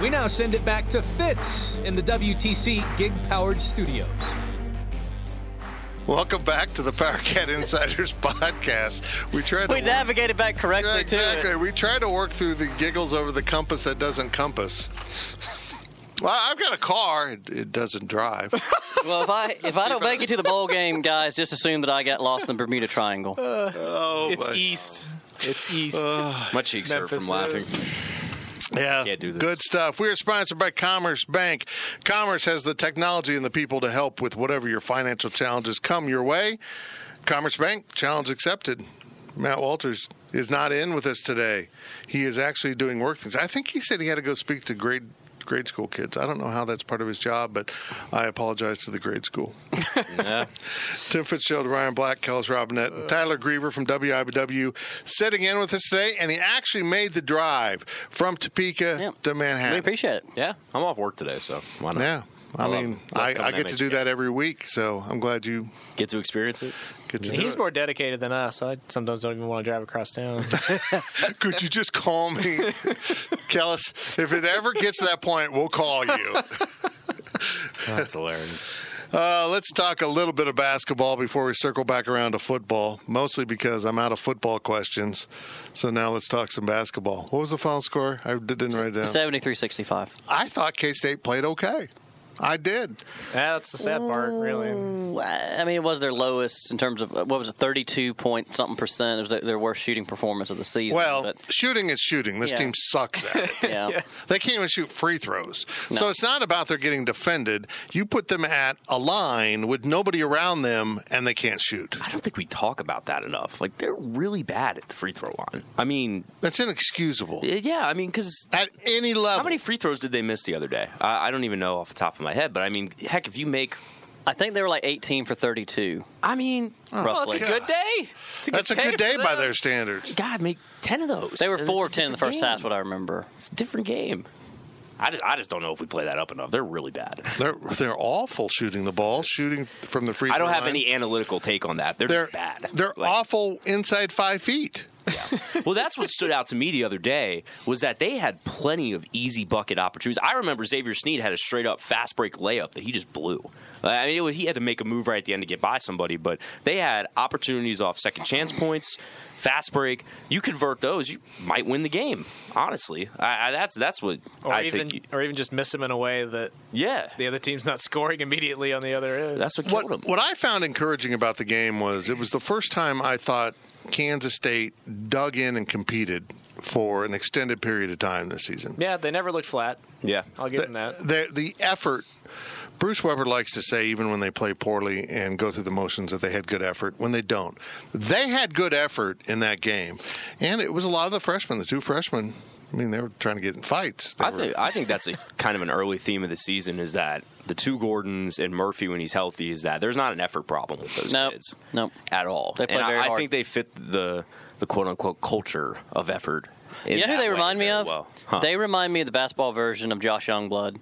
Speaker 1: We now send it back to Fitz in the WTC gig powered studios.
Speaker 2: Welcome back to the Powercat Insiders podcast. We tried to
Speaker 4: We navigated back correctly
Speaker 2: Yeah, exactly.
Speaker 4: to it.
Speaker 2: We try to work through the giggles over the compass that doesn't compass. Well, I've got a car. It, it doesn't drive.
Speaker 4: Well, if I if I don't make it to the bowl game, guys, just assume that I got lost in the Bermuda Triangle.
Speaker 2: Oh,
Speaker 5: It's
Speaker 2: my-
Speaker 5: east. It's east.
Speaker 3: My cheeks hurt from
Speaker 5: Memphis
Speaker 3: laughing.
Speaker 5: is-
Speaker 2: Yeah,
Speaker 3: Can't do this.
Speaker 2: good stuff. We are sponsored by Commerce Bank. Commerce has the technology and the people to help with whatever your financial challenges come your way. Commerce Bank, challenge accepted. Matt Walters is not in with us today. He is actually doing work things. I think he said he had to go speak to grade grade school kids. I don't know how that's part of his job, but I apologize to the grade school.
Speaker 3: Yeah.
Speaker 2: Tim Fitzgerald, Ryan Black, Kellis Robinette, and Tyler Griever from WIBW sitting in with us today, and he actually made the drive from Topeka
Speaker 4: Yeah.
Speaker 2: to Manhattan.
Speaker 4: We appreciate it.
Speaker 3: yeah, I'm off work today, so why not?
Speaker 2: Yeah. I,
Speaker 3: I love-
Speaker 2: mean,
Speaker 3: love
Speaker 2: I,
Speaker 3: coming
Speaker 2: I
Speaker 3: to
Speaker 2: get to
Speaker 3: Mitch
Speaker 2: do
Speaker 3: Gale.
Speaker 2: that every week, so I'm glad you
Speaker 3: Get to experience it.
Speaker 2: get to do
Speaker 5: He's
Speaker 2: it.
Speaker 5: more dedicated than us. I sometimes don't even want to drive across town.
Speaker 2: Could you just call me? Kellis, if it ever gets to that point, we'll call you.
Speaker 3: That's hilarious.
Speaker 2: Uh, let's talk a little bit of basketball before we circle back around to football, mostly because I'm out of football questions. So now let's talk some basketball. What was the final score? I didn't write it down.
Speaker 4: Seventy three sixty five.
Speaker 2: I thought K State played okay. I did.
Speaker 5: Yeah, that's the sad part, really.
Speaker 4: Well, I I mean, it was their lowest in terms of uh, what was it, thirty-two point something percent. It was their, their worst shooting performance of the season.
Speaker 2: Well,
Speaker 4: but,
Speaker 2: shooting is shooting. This
Speaker 4: Yeah.
Speaker 2: team sucks at it.
Speaker 4: yeah,
Speaker 2: They can't even shoot free throws. So it's not about they're getting defended. You put them at a line with nobody around them and they can't shoot.
Speaker 3: I don't think we talk about that enough. Like they're really bad at the free throw line. I mean,
Speaker 2: That's inexcusable.
Speaker 3: yeah, I mean because
Speaker 2: At any level.
Speaker 3: how many free throws did they miss the other day? I, I don't even know off the top of my head, but I mean, heck, if you make,
Speaker 4: I think they were like eighteen for thirty-two.
Speaker 3: I mean,
Speaker 2: Oh,
Speaker 4: Well, it's a
Speaker 2: Yeah.
Speaker 3: good day. It's
Speaker 2: That's a good
Speaker 3: for
Speaker 2: day by
Speaker 3: them.
Speaker 2: their standards.
Speaker 3: God, make ten of those.
Speaker 4: They were
Speaker 3: And
Speaker 4: four of
Speaker 3: it's a
Speaker 4: ten in the
Speaker 3: different
Speaker 4: first
Speaker 3: game.
Speaker 4: half, what I remember.
Speaker 3: It's a different game. I just, I just don't know if we play that up enough. They're really bad.
Speaker 2: They're they're awful shooting the ball, shooting from the free throw
Speaker 3: I don't have
Speaker 2: line.
Speaker 3: any analytical take on that. They're,
Speaker 2: They're
Speaker 3: just bad.
Speaker 2: They're
Speaker 3: Like,
Speaker 2: awful inside 5 feet.
Speaker 3: Well, that's what stood out to me the other day was that they had plenty of easy bucket opportunities. I remember Xavier Sneed had a straight up fast break layup that he just blew. Uh, I mean, it was, he had to make a move right at the end to get by somebody, but they had opportunities off second chance points, fast break. You convert those, you might win the game. Honestly, I, I, that's that's what
Speaker 5: Or
Speaker 3: I
Speaker 5: even
Speaker 3: think. you-
Speaker 5: or even just miss them in a way that
Speaker 3: yeah,
Speaker 5: the other team's not scoring immediately on the other end.
Speaker 3: that's what killed
Speaker 2: What,
Speaker 3: him.
Speaker 2: what I found encouraging about the game was it was the first time I thought Kansas State dug in and competed for an extended period of time this season.
Speaker 5: yeah, they never looked flat.
Speaker 3: Yeah,
Speaker 5: I'll give them that.
Speaker 2: The, the effort. Bruce Weber likes to say, even when they play poorly and go through the motions, that they had good effort. When they don't, they had good effort in that game, and it was a lot of the freshmen, the two freshmen. I mean, they were trying to get in fights. They
Speaker 3: I
Speaker 2: were-
Speaker 3: think I think that's a kind of an early theme of the season is that the two Gordons and Murphy when he's healthy is that there's not an effort problem with those
Speaker 4: Nope.
Speaker 3: kids.
Speaker 4: Nope.
Speaker 3: At all.
Speaker 4: They play
Speaker 3: and
Speaker 4: very
Speaker 3: I, I
Speaker 4: hard.
Speaker 3: think they fit the the quote unquote culture of effort. in
Speaker 4: you know who
Speaker 3: that
Speaker 4: they
Speaker 3: way
Speaker 4: remind me
Speaker 3: very
Speaker 4: of?
Speaker 3: Well. Huh.
Speaker 4: They remind me of the basketball version of Josh Youngblood.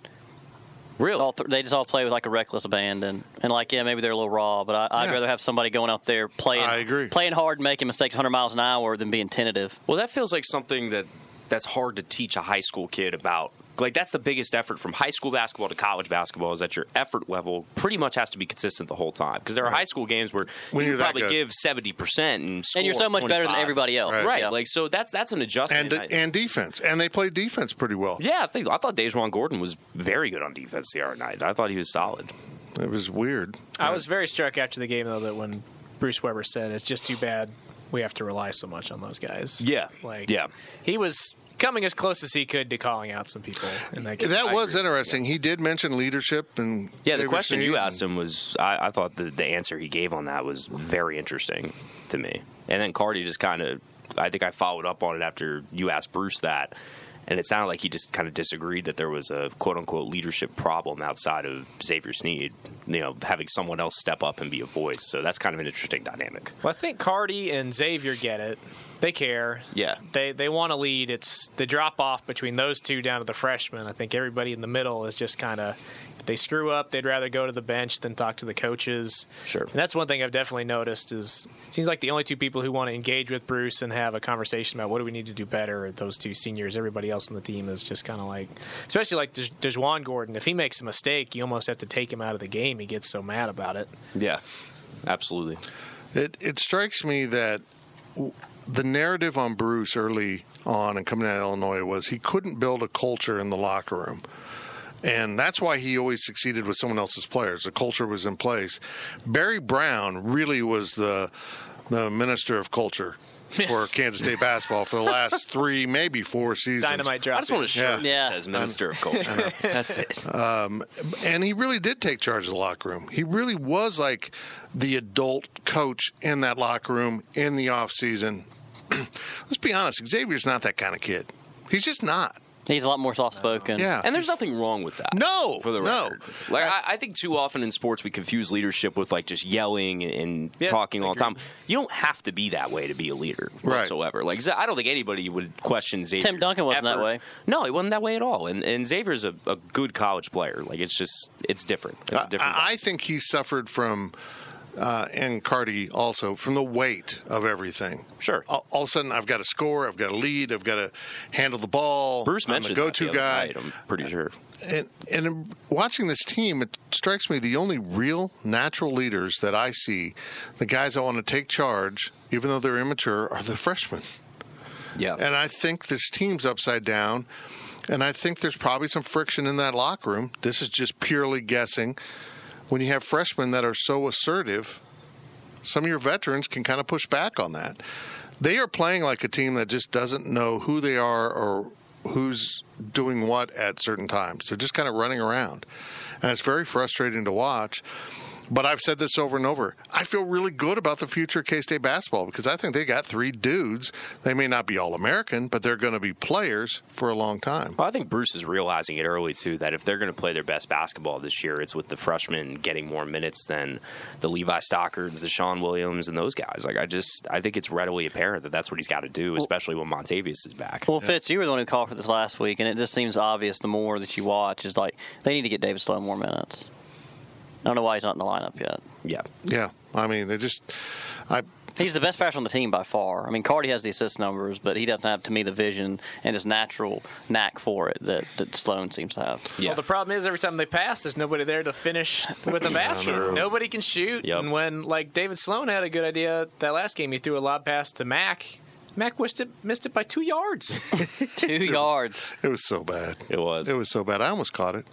Speaker 3: really
Speaker 4: All th- they just all play with like a reckless abandon, and like yeah, maybe they're a little raw, but I, I'd
Speaker 2: Yeah.
Speaker 4: rather have somebody going out there playing,
Speaker 2: I agree.
Speaker 4: playing hard, and making mistakes, hundred miles an hour, than being tentative.
Speaker 3: Well, that feels like something that that's hard to teach a high school kid about. Like that's the biggest effort from high school basketball to college basketball is that your effort level pretty much has to be consistent the whole time because there are high school games where
Speaker 2: When
Speaker 3: you
Speaker 2: you're
Speaker 3: could
Speaker 2: that
Speaker 3: probably
Speaker 2: good.
Speaker 3: give seventy percent and
Speaker 4: And you're
Speaker 3: score
Speaker 4: so much better than
Speaker 3: 25.
Speaker 4: everybody else,
Speaker 2: Right.
Speaker 3: right?
Speaker 4: Yeah.
Speaker 3: Like so that's that's an adjustment
Speaker 2: and uh, and defense, and they played defense pretty well.
Speaker 3: Yeah, I think I thought Dejuan Gordon was very good on defense the other night. I thought he was solid.
Speaker 2: It was weird.
Speaker 5: I was very struck after the game though that when Bruce Weber said it's just too bad we have to rely so much on those guys.
Speaker 3: Yeah.
Speaker 5: Like
Speaker 3: Yeah.
Speaker 5: He was coming as close as he could to calling out some people in that game.
Speaker 2: That
Speaker 3: I
Speaker 2: was
Speaker 3: agree.
Speaker 2: interesting. He did mention leadership and
Speaker 3: Yeah, the
Speaker 2: Xavier
Speaker 3: question you
Speaker 2: Sneed.
Speaker 3: asked him was I, I thought the, the answer he gave on that was very interesting to me. And then Cardi just kind of, I think I followed up on it after you asked Bruce that. And it sounded like he just kind of disagreed that there was a quote unquote leadership problem outside of Xavier Sneed, you know, having someone else step up and be a voice. So that's kind of an interesting dynamic.
Speaker 5: Well, I think Cardi and Xavier get it. They care.
Speaker 3: Yeah.
Speaker 5: They they want to lead. It's the drop off between those two down to the freshmen. I think everybody in the middle is just kind of if they screw up, they'd rather go to the bench than talk to the coaches.
Speaker 3: Sure.
Speaker 5: And that's one thing I've definitely noticed is it seems like the only two people who want to engage with Bruce and have a conversation about what do we need to do better are those two seniors. Everybody else on the team is just kind of like, especially like Dej- Dejuan Gordon. If he makes a mistake, you almost have to take him out of the game. He gets so mad about it.
Speaker 3: Yeah, absolutely.
Speaker 2: It it strikes me that w- the narrative on Bruce early on and coming out of Illinois was he couldn't build a culture in the locker room. And that's why he always succeeded with someone else's players. The culture was in place. Barry Brown really was the the minister of culture for Kansas State basketball for the last three, maybe four seasons.
Speaker 5: Dynamite drop.
Speaker 3: I just want a shirt
Speaker 4: Yeah.
Speaker 3: that says Minister of Culture. That's it.
Speaker 2: and he really did take charge of the locker room. He really was like the adult coach in that locker room in the off season. Let's be honest, Xavier's not that kind of kid. He's just not.
Speaker 4: He's a lot more soft spoken.
Speaker 2: Yeah.
Speaker 3: And there's nothing wrong with that.
Speaker 2: No,
Speaker 3: for the
Speaker 2: no.
Speaker 3: record. Like I, I think too often in sports we confuse leadership with like just yelling and, and
Speaker 5: Yeah,
Speaker 3: talking
Speaker 5: I
Speaker 3: all the
Speaker 5: agree.
Speaker 3: time. You don't have to be that way to be a leader
Speaker 2: Right.
Speaker 3: whatsoever. Like I don't think anybody would question Xavier.
Speaker 4: Duncan wasn't that way.
Speaker 3: No, he wasn't that way at all. And and Xavier's a, a good college player. Like it's just it's different. It's a different.
Speaker 2: I, I think he suffered from, uh, and Cardi also, from the weight of everything.
Speaker 3: Sure.
Speaker 2: All, all of a sudden, I've got to score, I've got to lead, I've got to handle the ball.
Speaker 3: Bruce
Speaker 2: I'm
Speaker 3: mentioned
Speaker 2: the
Speaker 3: that
Speaker 2: go-to
Speaker 3: the other
Speaker 2: guy.
Speaker 3: night, Um, I'm pretty sure.
Speaker 2: and and in watching this team, it strikes me the only real natural leaders that I see, the guys I want to take charge, even though they're immature, are the freshmen.
Speaker 3: Yeah.
Speaker 2: And I think this team's upside down. And I think there's probably some friction in that locker room. This is just purely guessing. When you have freshmen that are so assertive, some of your veterans can kind of push back on that. They are playing like a team that just doesn't know who they are or who's doing what at certain times. They're just kind of running around. And it's very frustrating to watch. But I've said this over and over. I feel really good about the future of K State basketball because I think they got three dudes. They may not be all American, but they're going to be players for a long time.
Speaker 3: Well, I think Bruce is realizing it early too that if they're going to play their best basketball this year, it's with the freshmen getting more minutes than the Levi Stockards, the Sean Williams, and those guys. Like I just, I think it's readily apparent that that's what he's got to do, especially when Montavious is back.
Speaker 4: Well, Fitz, you were the one who called for this last week, and it just seems obvious the more that you watch is like they need to get David Slow more minutes. I don't know why he's not in the lineup yet.
Speaker 3: yeah,
Speaker 2: Yeah. I mean, they just, I,
Speaker 4: He's the best passer on the team by far. I mean, Cardi has the assist numbers, but he doesn't have, to me, the vision and his natural knack for it that, that Sloan seems to have.
Speaker 3: yeah.
Speaker 5: Well, the problem is every time they pass, there's nobody there to finish with a basket. Nobody can shoot.
Speaker 3: Yep.
Speaker 5: And when like David Sloan had a good idea that last game, he threw a lob pass to Mac. Mac missed it, missed it by two yards.
Speaker 4: Two yards.
Speaker 2: it was so bad.
Speaker 3: it was.
Speaker 2: It was so bad. I almost caught it.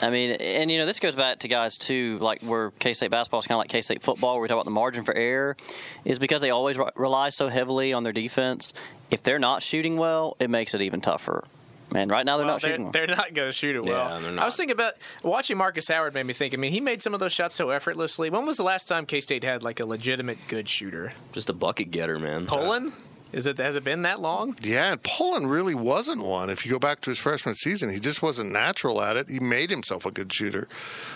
Speaker 4: I mean, and you know, this goes back to guys too, like where K State basketball is kind of like K State football. Where we talk about the margin for error, is because they always re- rely so heavily on their defense. If they're not shooting well, it makes it even tougher. Man, right now they're
Speaker 5: Well,
Speaker 4: not
Speaker 5: they're,
Speaker 4: shooting well.
Speaker 5: they're not going to shoot it well.
Speaker 3: Yeah, they're
Speaker 5: I
Speaker 3: not.
Speaker 5: was thinking about watching Marcus Howard made me think. I mean, he made some of those shots so effortlessly. When was the last time K State had like a legitimate good shooter?
Speaker 3: Just a bucket getter, man.
Speaker 5: Poland? Is it has it been that long?
Speaker 2: Yeah, and Poland really wasn't one. If you go back to his freshman season, he just wasn't natural at it. He made himself a good shooter,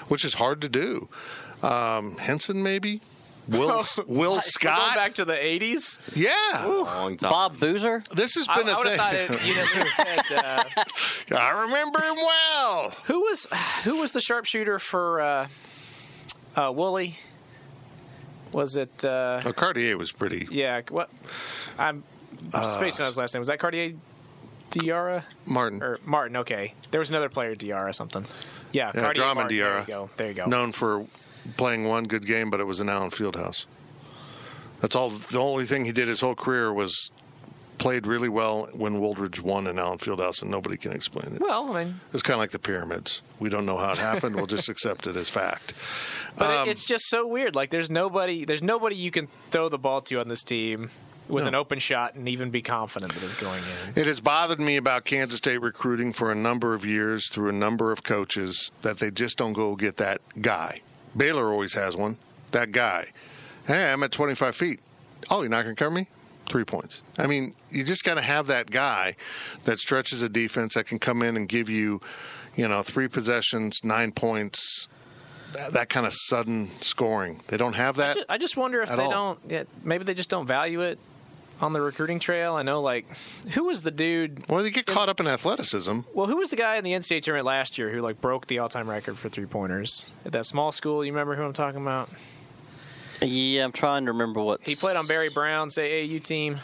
Speaker 2: which is hard to do. Um, Henson, maybe? Will, Will
Speaker 5: Going
Speaker 2: Scott?
Speaker 5: back to the 80s?
Speaker 2: yeah.
Speaker 3: A long time.
Speaker 4: Bob Boozer,
Speaker 2: This has
Speaker 5: I,
Speaker 2: been a
Speaker 5: would have
Speaker 2: thing.
Speaker 5: thought it, you know, it said, uh,
Speaker 2: I remember him well.
Speaker 5: who was who was the sharpshooter for uh, uh, Wooly? Was it uh,
Speaker 2: Oh, Cartier was pretty.
Speaker 5: yeah? What I'm spacing on his last name. Was that Cartier Diarra
Speaker 2: Martin,
Speaker 5: or Martin? Okay, there was another player Diarra something. Yeah,
Speaker 2: Yeah,
Speaker 5: Cartier
Speaker 2: Drummond
Speaker 5: Martin. There you
Speaker 2: Diarra.
Speaker 5: go. There you go.
Speaker 2: known for playing one good game, but it was in Allen Fieldhouse. That's all. The only thing he did his whole career was played really well when Wooldridge won in Allen Fieldhouse, and nobody can explain it.
Speaker 5: Well, I mean,
Speaker 2: It's kind of like the pyramids. We don't know how it happened. We'll just accept it as fact.
Speaker 5: but
Speaker 2: Um,
Speaker 5: it- it's just so weird. Like, there's nobody, there's nobody you can throw the ball to on this team with an open shot and even be confident that it's going in.
Speaker 2: It has bothered me about Kansas State recruiting for a number of years through a number of coaches that they just don't go get that guy. Baylor always has one. That guy. Hey, I'm at 25 feet. Oh, you're not going to cover me? Three points. I mean, you just got to have that guy that stretches a defense that can come in and give you, you know, three possessions, nine points, that, that kind of sudden scoring. They don't have that.
Speaker 5: Ju- I just wonder if
Speaker 2: At
Speaker 5: they
Speaker 2: all.
Speaker 5: don't. Yeah, maybe they just don't value it on the recruiting trail. I know, like, who was the dude?
Speaker 2: Well, they get caught up in athleticism.
Speaker 5: Well, who was the guy in the NCAA tournament last year who like broke the all-time record for three pointers at that small school? You remember who I'm talking about?
Speaker 4: yeah, I'm trying to remember what
Speaker 5: He played on Barry Brown's AAU team.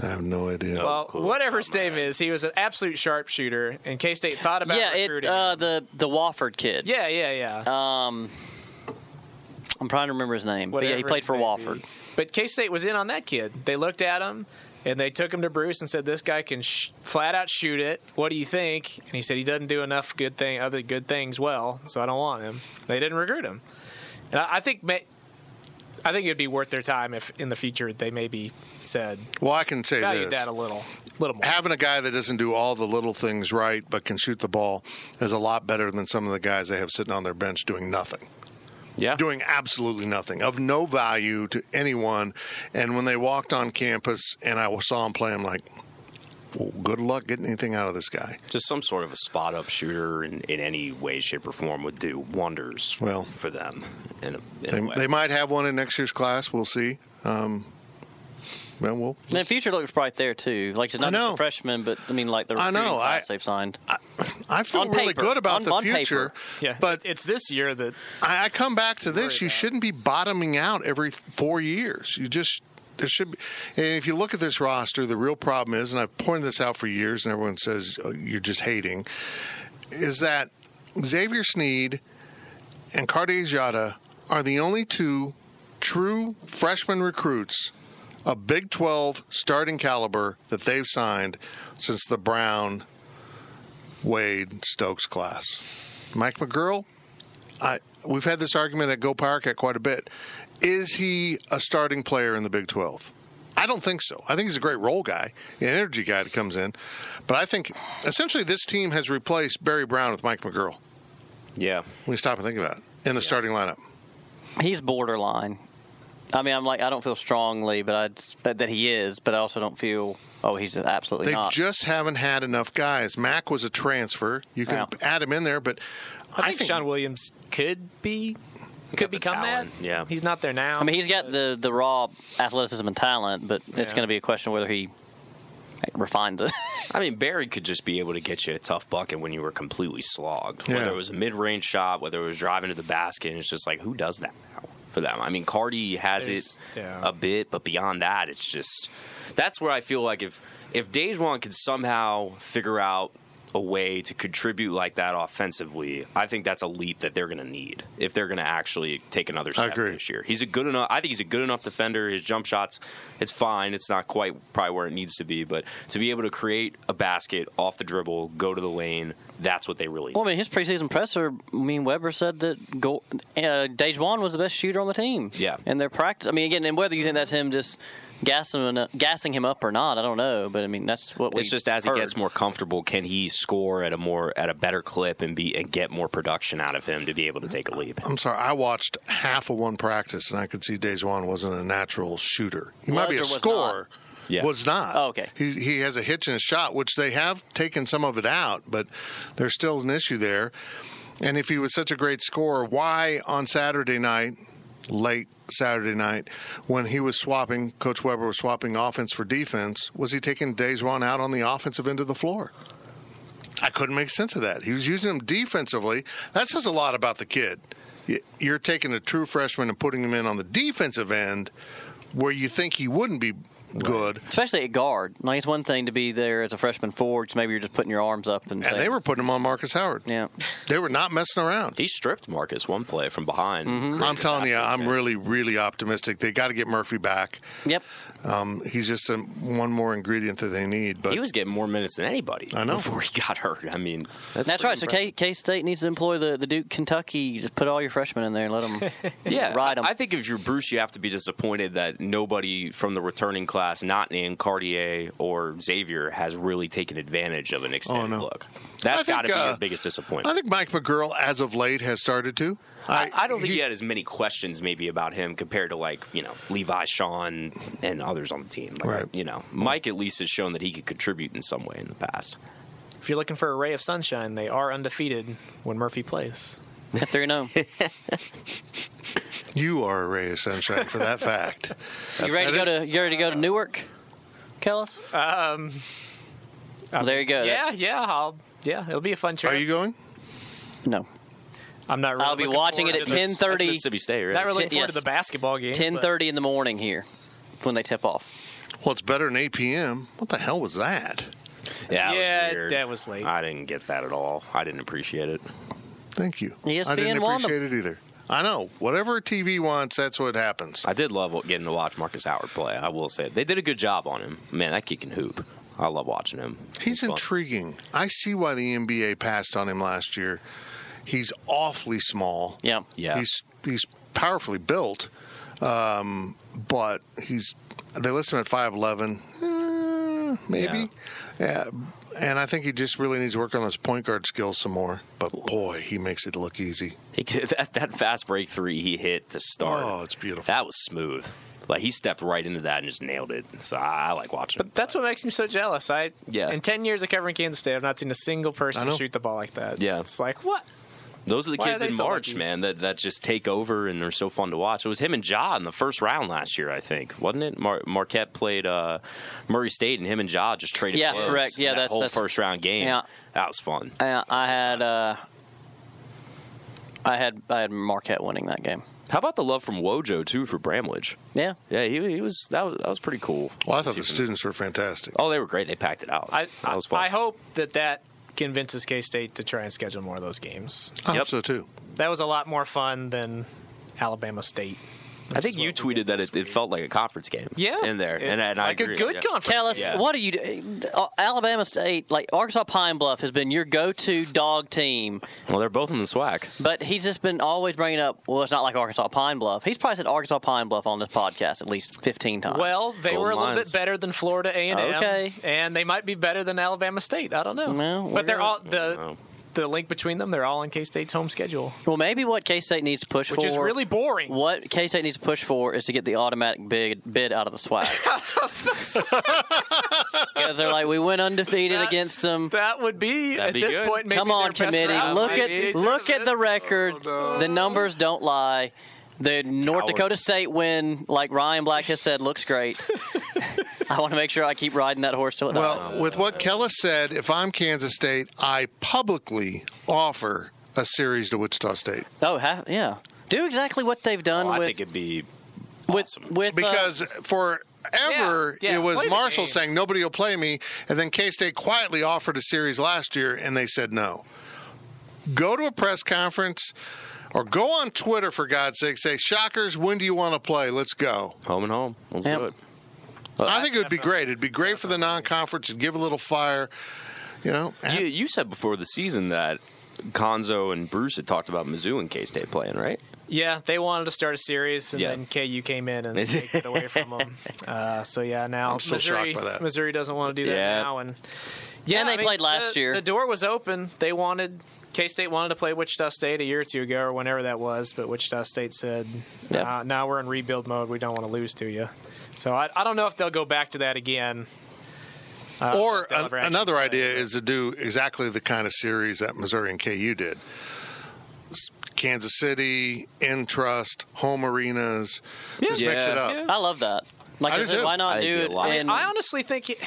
Speaker 2: I have no idea.
Speaker 5: Well, whatever his name is, he was an absolute sharpshooter, and K-State thought about
Speaker 4: Yeah, it
Speaker 5: recruiting.
Speaker 4: uh,
Speaker 5: him.
Speaker 4: the the Wofford kid.
Speaker 5: yeah, yeah, yeah.
Speaker 2: Uh,
Speaker 4: Um, I'm trying to remember his name. But yeah, he
Speaker 5: whatever
Speaker 4: played
Speaker 5: it
Speaker 4: for
Speaker 5: may
Speaker 4: Wofford.
Speaker 5: be. But K State was in on that kid. They looked at him and they took him to Bruce and said, "This guy can sh- flat out shoot it. What do you think?" And he said, "He doesn't do enough good thing, other good things well, so I don't want him." They didn't recruit him, and I, I think. Ma- I think it'd be worth their time if, in the future, they maybe said
Speaker 2: Well, I can say
Speaker 5: value
Speaker 2: this.
Speaker 5: that a little, little more.
Speaker 2: having a guy that doesn't do all the little things right but can shoot the ball is a lot better than some of the guys they have sitting on their bench doing nothing.
Speaker 3: yeah.
Speaker 2: Doing absolutely nothing, of no value to anyone. And when they walked on campus and I saw him play, I'm like, well, good luck getting anything out of this guy.
Speaker 3: just some sort of a spot up shooter in, in any way, shape, or form would do wonders.
Speaker 2: Well,
Speaker 3: for them, in a, in
Speaker 2: They,
Speaker 3: a way.
Speaker 2: they might have one in next year's class. We'll see. Um, well, we'll
Speaker 4: And the future looks bright there too. Like not
Speaker 2: I
Speaker 4: just
Speaker 2: know.
Speaker 4: the freshmen, but I mean, like the
Speaker 2: I
Speaker 4: recruiting
Speaker 2: know. I-
Speaker 4: class they've signed.
Speaker 2: I feel
Speaker 4: On
Speaker 2: really
Speaker 4: paper.
Speaker 2: good about
Speaker 4: On-
Speaker 2: the
Speaker 4: on paper.
Speaker 2: future.
Speaker 5: yeah,
Speaker 2: But
Speaker 5: it's this year that
Speaker 2: I, I come back to this. You shouldn't be bottoming out every th- four years. You just there should be. And if you look at this roster, the real problem is, and I've pointed this out for years, and everyone says "Oh, you're just hating, is that Xavier Sneed and Cartier Jada are the only two true freshman recruits of Big 12 starting caliber that they've signed since the Brown Wade Stokes class. Mike McGurl, I we've had this argument at Go Powercat quite a bit. Is he a starting player in the Big Twelve? I don't think so. I think he's a great role guy, an energy guy that comes in. But I think essentially this team has replaced Barry Brown with Mike McGurl.
Speaker 3: Yeah.
Speaker 2: When you stop and think about it, in the starting lineup.
Speaker 4: He's borderline. I mean, I'm like, I don't feel strongly, but I'd but that he is, but I also don't feel, oh, he's absolutely
Speaker 2: They
Speaker 4: not.
Speaker 2: just haven't had enough guys. Mac was a transfer. You can
Speaker 4: Yeah.
Speaker 2: add him in there, but
Speaker 5: I think, Sean Williams could be could
Speaker 3: the
Speaker 5: become
Speaker 3: talent,
Speaker 5: that.
Speaker 3: yeah.
Speaker 5: he's not there now.
Speaker 4: I mean, he's got the, the raw athleticism and talent, but it's
Speaker 5: Yeah.
Speaker 4: going to be a question whether he refines it.
Speaker 3: I mean, Barry could just be able to get you a tough bucket when you were completely slogged.
Speaker 2: Yeah.
Speaker 3: Whether it was a mid range shot, whether it was driving to the basket, and it's just like, who does that now for them? I mean, Cardi has
Speaker 5: There's-
Speaker 3: it
Speaker 5: yeah.
Speaker 3: a bit, but beyond that, it's just that's where I feel like if if Dejuan could somehow figure out a way to contribute like that offensively, I think that's a leap that they're going to need if they're going to actually take another step
Speaker 2: agree.
Speaker 3: this year. He's a good enough. I think he's a good enough defender. His jump shots, it's fine. It's not quite probably where it needs to be, but to be able to create a basket off the dribble, go to the lane, that's what they really.
Speaker 4: well,
Speaker 3: Need.
Speaker 4: I mean, his preseason presser, I mean, Weber said that go, uh, Dejuan was the best shooter on the team.
Speaker 3: Yeah.
Speaker 4: And their practice, I mean, again, and whether you think that's him just gassing, him- gassing him up or not, I don't know, but I mean, that's what we
Speaker 3: It's just as he
Speaker 4: heard.
Speaker 3: gets more comfortable, can he score at a more at a better clip and be and get more production out of him to be able to take a leap?
Speaker 2: I'm sorry, I watched half of one practice and I could see Dejuan wasn't a natural shooter. He might
Speaker 4: Was
Speaker 2: be a
Speaker 4: or was not?
Speaker 2: scorer.
Speaker 3: Yeah.
Speaker 2: Was not.
Speaker 4: Oh, okay.
Speaker 2: He, he has a hitch in his shot, which they have taken some of it out, but there's still an issue there. And if he was such a great scorer, why on Saturday night, late Saturday night, when he was swapping, Coach Weber was swapping offense for defense, was he taking Dejuan out on the offensive end of the floor? I couldn't make sense of that. He was using him defensively. That says a lot about the kid. Y- You're taking a true freshman and putting him in on the defensive end where you think he wouldn't be good.
Speaker 4: Especially at guard. Like, it's one thing to be there as a freshman forward. Maybe you're just putting your arms up and.
Speaker 2: And
Speaker 4: saying-
Speaker 2: they were putting him on Marcus Howard.
Speaker 4: Yeah.
Speaker 2: They were not messing around.
Speaker 3: He stripped Marcus one play from behind.
Speaker 2: I'm telling you, I'm really, really optimistic. They got to get Murphy back.
Speaker 4: Yep.
Speaker 2: Um, he's just a, one more ingredient that they need. But
Speaker 3: He was getting more minutes than anybody.
Speaker 2: I know.
Speaker 3: before he got hurt. I mean, that's,
Speaker 4: That's
Speaker 3: pretty
Speaker 4: right. So K, K State needs to employ the, the Duke Kentucky. Just put all your freshmen in there and let them
Speaker 3: Yeah,
Speaker 4: ride 'em.
Speaker 3: I think if you're Bruce, you have to be disappointed that nobody from the returning class, not named Cartier or Xavier, has really taken advantage of an extended
Speaker 2: Oh, no.
Speaker 3: look.
Speaker 2: I
Speaker 3: That's
Speaker 2: think,
Speaker 3: got to be
Speaker 2: uh,
Speaker 3: your biggest disappointment.
Speaker 2: I think Mike McGurl, as of late, has started to.
Speaker 3: I, I don't think he, had as many questions maybe about him compared to like you know Levi, Sean, and others on the team. Like,
Speaker 2: Right.
Speaker 3: You know, Mike at least has shown that he could contribute in some way in the past.
Speaker 5: if you're looking for a ray of sunshine, they are undefeated when Murphy plays.
Speaker 4: three and oh. zero.
Speaker 2: You are a ray of sunshine for that fact.
Speaker 4: You ready to go to you ready to go to Newark, Kellis?
Speaker 5: Um,
Speaker 4: Well, there you go.
Speaker 5: yeah, yeah, I'll, yeah, it'll be a fun trip.
Speaker 2: Are you going?
Speaker 4: no.
Speaker 5: I'm not. Really
Speaker 4: I'll be
Speaker 5: looking
Speaker 4: watching
Speaker 5: forward
Speaker 4: it at
Speaker 5: to this-
Speaker 4: 10:30. 30
Speaker 3: That's Mississippi State, right?
Speaker 5: Not really looking
Speaker 4: Ten-
Speaker 5: forward
Speaker 4: yes.
Speaker 5: to the basketball game. but-
Speaker 4: Ten thirty in the morning here when they tip off.
Speaker 2: Well, it's better than 8 p.m. What the hell was that?
Speaker 3: yeah, it
Speaker 5: Yeah,
Speaker 3: was weird.
Speaker 5: that was late.
Speaker 3: I didn't get that at all. I didn't appreciate it.
Speaker 2: Thank you.
Speaker 3: E
Speaker 2: I
Speaker 4: ESPN
Speaker 2: didn't
Speaker 4: won them.
Speaker 2: appreciate it either. I know. Whatever TV wants, that's what happens.
Speaker 3: I did love what- getting to watch Marcus Howard play. I will say it. they did a good job on him. Man, that kid can hoop. I love watching him.
Speaker 2: He's
Speaker 3: fun.
Speaker 2: intriguing. I see why the NBA passed on him last year. He's awfully small.
Speaker 4: Yeah.
Speaker 3: Yeah.
Speaker 2: He's he's powerfully built, um, but he's they list him at five eleven, Eh, maybe. Yeah. And I think he just really needs to work on those point guard skills some more. But boy, he makes it look easy.
Speaker 3: He, that that fast break three he hit to start.
Speaker 2: Oh, it's beautiful.
Speaker 3: That was smooth. Like he stepped right into that and just nailed it. So I, I like watching. him.
Speaker 5: But that's what makes me so jealous. I
Speaker 3: Yeah.
Speaker 5: In ten years of covering Kansas State, I've not seen a single
Speaker 2: I
Speaker 5: person
Speaker 2: know.
Speaker 5: shoot the ball like that.
Speaker 3: Yeah.
Speaker 5: It's like what?
Speaker 3: Those are the
Speaker 5: Why are
Speaker 3: kids
Speaker 5: they
Speaker 3: in
Speaker 5: so
Speaker 3: March,
Speaker 5: lucky?
Speaker 3: man. That that just take over and they're so fun to watch. It was him and Ja in the first round last year, I think, wasn't it? Mar- Marquette played uh, Murray State, and him and Ja just traded.
Speaker 4: Yeah,
Speaker 3: blows
Speaker 4: correct. Yeah,
Speaker 3: in that
Speaker 4: that's-
Speaker 3: whole
Speaker 4: that's-
Speaker 3: first round game.
Speaker 4: Yeah.
Speaker 3: That was fun.
Speaker 4: Uh, I had uh, I had I had Marquette winning that game.
Speaker 3: How about the love from Wojo too for Bramlage?
Speaker 4: Yeah.
Speaker 3: Yeah, he, he was that was that was pretty cool.
Speaker 2: Well, I thought the students were fantastic.
Speaker 3: Oh, they were great. They packed it out.
Speaker 5: I
Speaker 3: that was fun.
Speaker 5: I hope that that convinces K State to try and schedule more of those games.
Speaker 2: I hope
Speaker 3: Yep.
Speaker 2: so too.
Speaker 5: That was a lot more fun than Alabama State.
Speaker 3: I think you tweeted that it, it felt like a conference game.
Speaker 5: Yeah,
Speaker 3: in there,
Speaker 5: It-
Speaker 3: and, and I
Speaker 5: like
Speaker 3: agree.
Speaker 5: a good
Speaker 3: Yeah.
Speaker 5: conference.
Speaker 4: Kellis,
Speaker 3: Yeah.
Speaker 4: what are you? do- uh, Alabama State, like Arkansas Pine Bluff, has been your go-to dog team,
Speaker 3: Well, they're both in the SWAC.
Speaker 4: but he's just been always bringing up. Well, it's not like Arkansas Pine Bluff. He's probably said Arkansas Pine Bluff on this podcast at least fifteen times.
Speaker 5: Well, they
Speaker 3: Golden
Speaker 5: were a little
Speaker 3: Lions.
Speaker 5: bit better than Florida A and M,
Speaker 4: Okay.
Speaker 5: and they might be better than Alabama State. I don't know,
Speaker 4: No,
Speaker 5: but they're
Speaker 4: we're-
Speaker 5: all
Speaker 3: No.
Speaker 5: the the link between them. They're all in K State's home schedule,
Speaker 4: well, maybe what K State needs to push
Speaker 5: which
Speaker 4: for
Speaker 5: is really boring.
Speaker 4: What K State needs to push for is to get the automatic bid bid out of the swag. Because they're like, we went undefeated
Speaker 5: That-
Speaker 4: against them.
Speaker 5: That would be
Speaker 3: That'd
Speaker 5: at
Speaker 3: be
Speaker 5: this
Speaker 3: good.
Speaker 5: point. Maybe
Speaker 4: Come on,
Speaker 5: their best
Speaker 4: committee,
Speaker 5: route.
Speaker 4: look at
Speaker 5: Maybe-
Speaker 4: look at the record. The numbers don't lie. The North Dakota
Speaker 3: Cowards.
Speaker 4: State win, like Ryan Black has said, looks great. I want to make sure I keep riding that horse till it dies.
Speaker 2: Well, with what Kellis said, if I'm Kansas State, I publicly offer a series to Wichita State
Speaker 4: Oh, ha- yeah. Do exactly what they've done
Speaker 3: Well, Oh, I
Speaker 4: with
Speaker 3: think it'd be
Speaker 4: with
Speaker 3: awesome.
Speaker 4: with uh,
Speaker 2: because forever
Speaker 5: Yeah, yeah,
Speaker 2: it was
Speaker 5: play the
Speaker 2: Marshall
Speaker 5: game.
Speaker 2: saying nobody will play me, and then K State quietly offered a series last year, and they said no. Go to a press conference, or go on Twitter for God's sake. Say, "Shockers, when do you want to play? Let's go."
Speaker 3: home and home. Let's
Speaker 4: Yep.
Speaker 3: do it.
Speaker 2: I think it would be great. It'd be great for the non-conference. It'd give a little fire. You know,
Speaker 3: You, you said before the season that Conzo and Bruce had talked about Mizzou and K State playing, right?
Speaker 5: Yeah, they wanted to start a series, and
Speaker 3: Yeah.
Speaker 5: then KU came in and took it away from them. Uh, so yeah, now
Speaker 2: I'm still
Speaker 5: Missouri,
Speaker 2: shocked by that.
Speaker 5: Missouri doesn't want to do that
Speaker 3: Yeah.
Speaker 5: now, and yeah,
Speaker 4: And they
Speaker 5: I mean,
Speaker 4: played last
Speaker 5: the-
Speaker 4: year.
Speaker 5: The door was open. They wanted K State wanted to play Wichita State a year or two ago, or whenever that was, but Wichita State said,
Speaker 4: Yeah.
Speaker 5: "Now we're in rebuild mode. We don't want to lose to you." So I, I don't know if they'll go back to that again.
Speaker 2: or
Speaker 5: they'll
Speaker 2: an-
Speaker 5: ever actually
Speaker 2: another
Speaker 5: play,
Speaker 2: idea is to do exactly the kind of series that Missouri and KU did. S- Kansas City, Intrust, home arenas. Just mix it
Speaker 3: Yeah.
Speaker 2: up.
Speaker 4: I love that. Like
Speaker 2: I
Speaker 4: I
Speaker 2: do
Speaker 4: said,
Speaker 2: too.
Speaker 4: why not
Speaker 3: I think
Speaker 4: do it?
Speaker 3: it'd be a lot.
Speaker 4: in-
Speaker 5: I honestly think, it,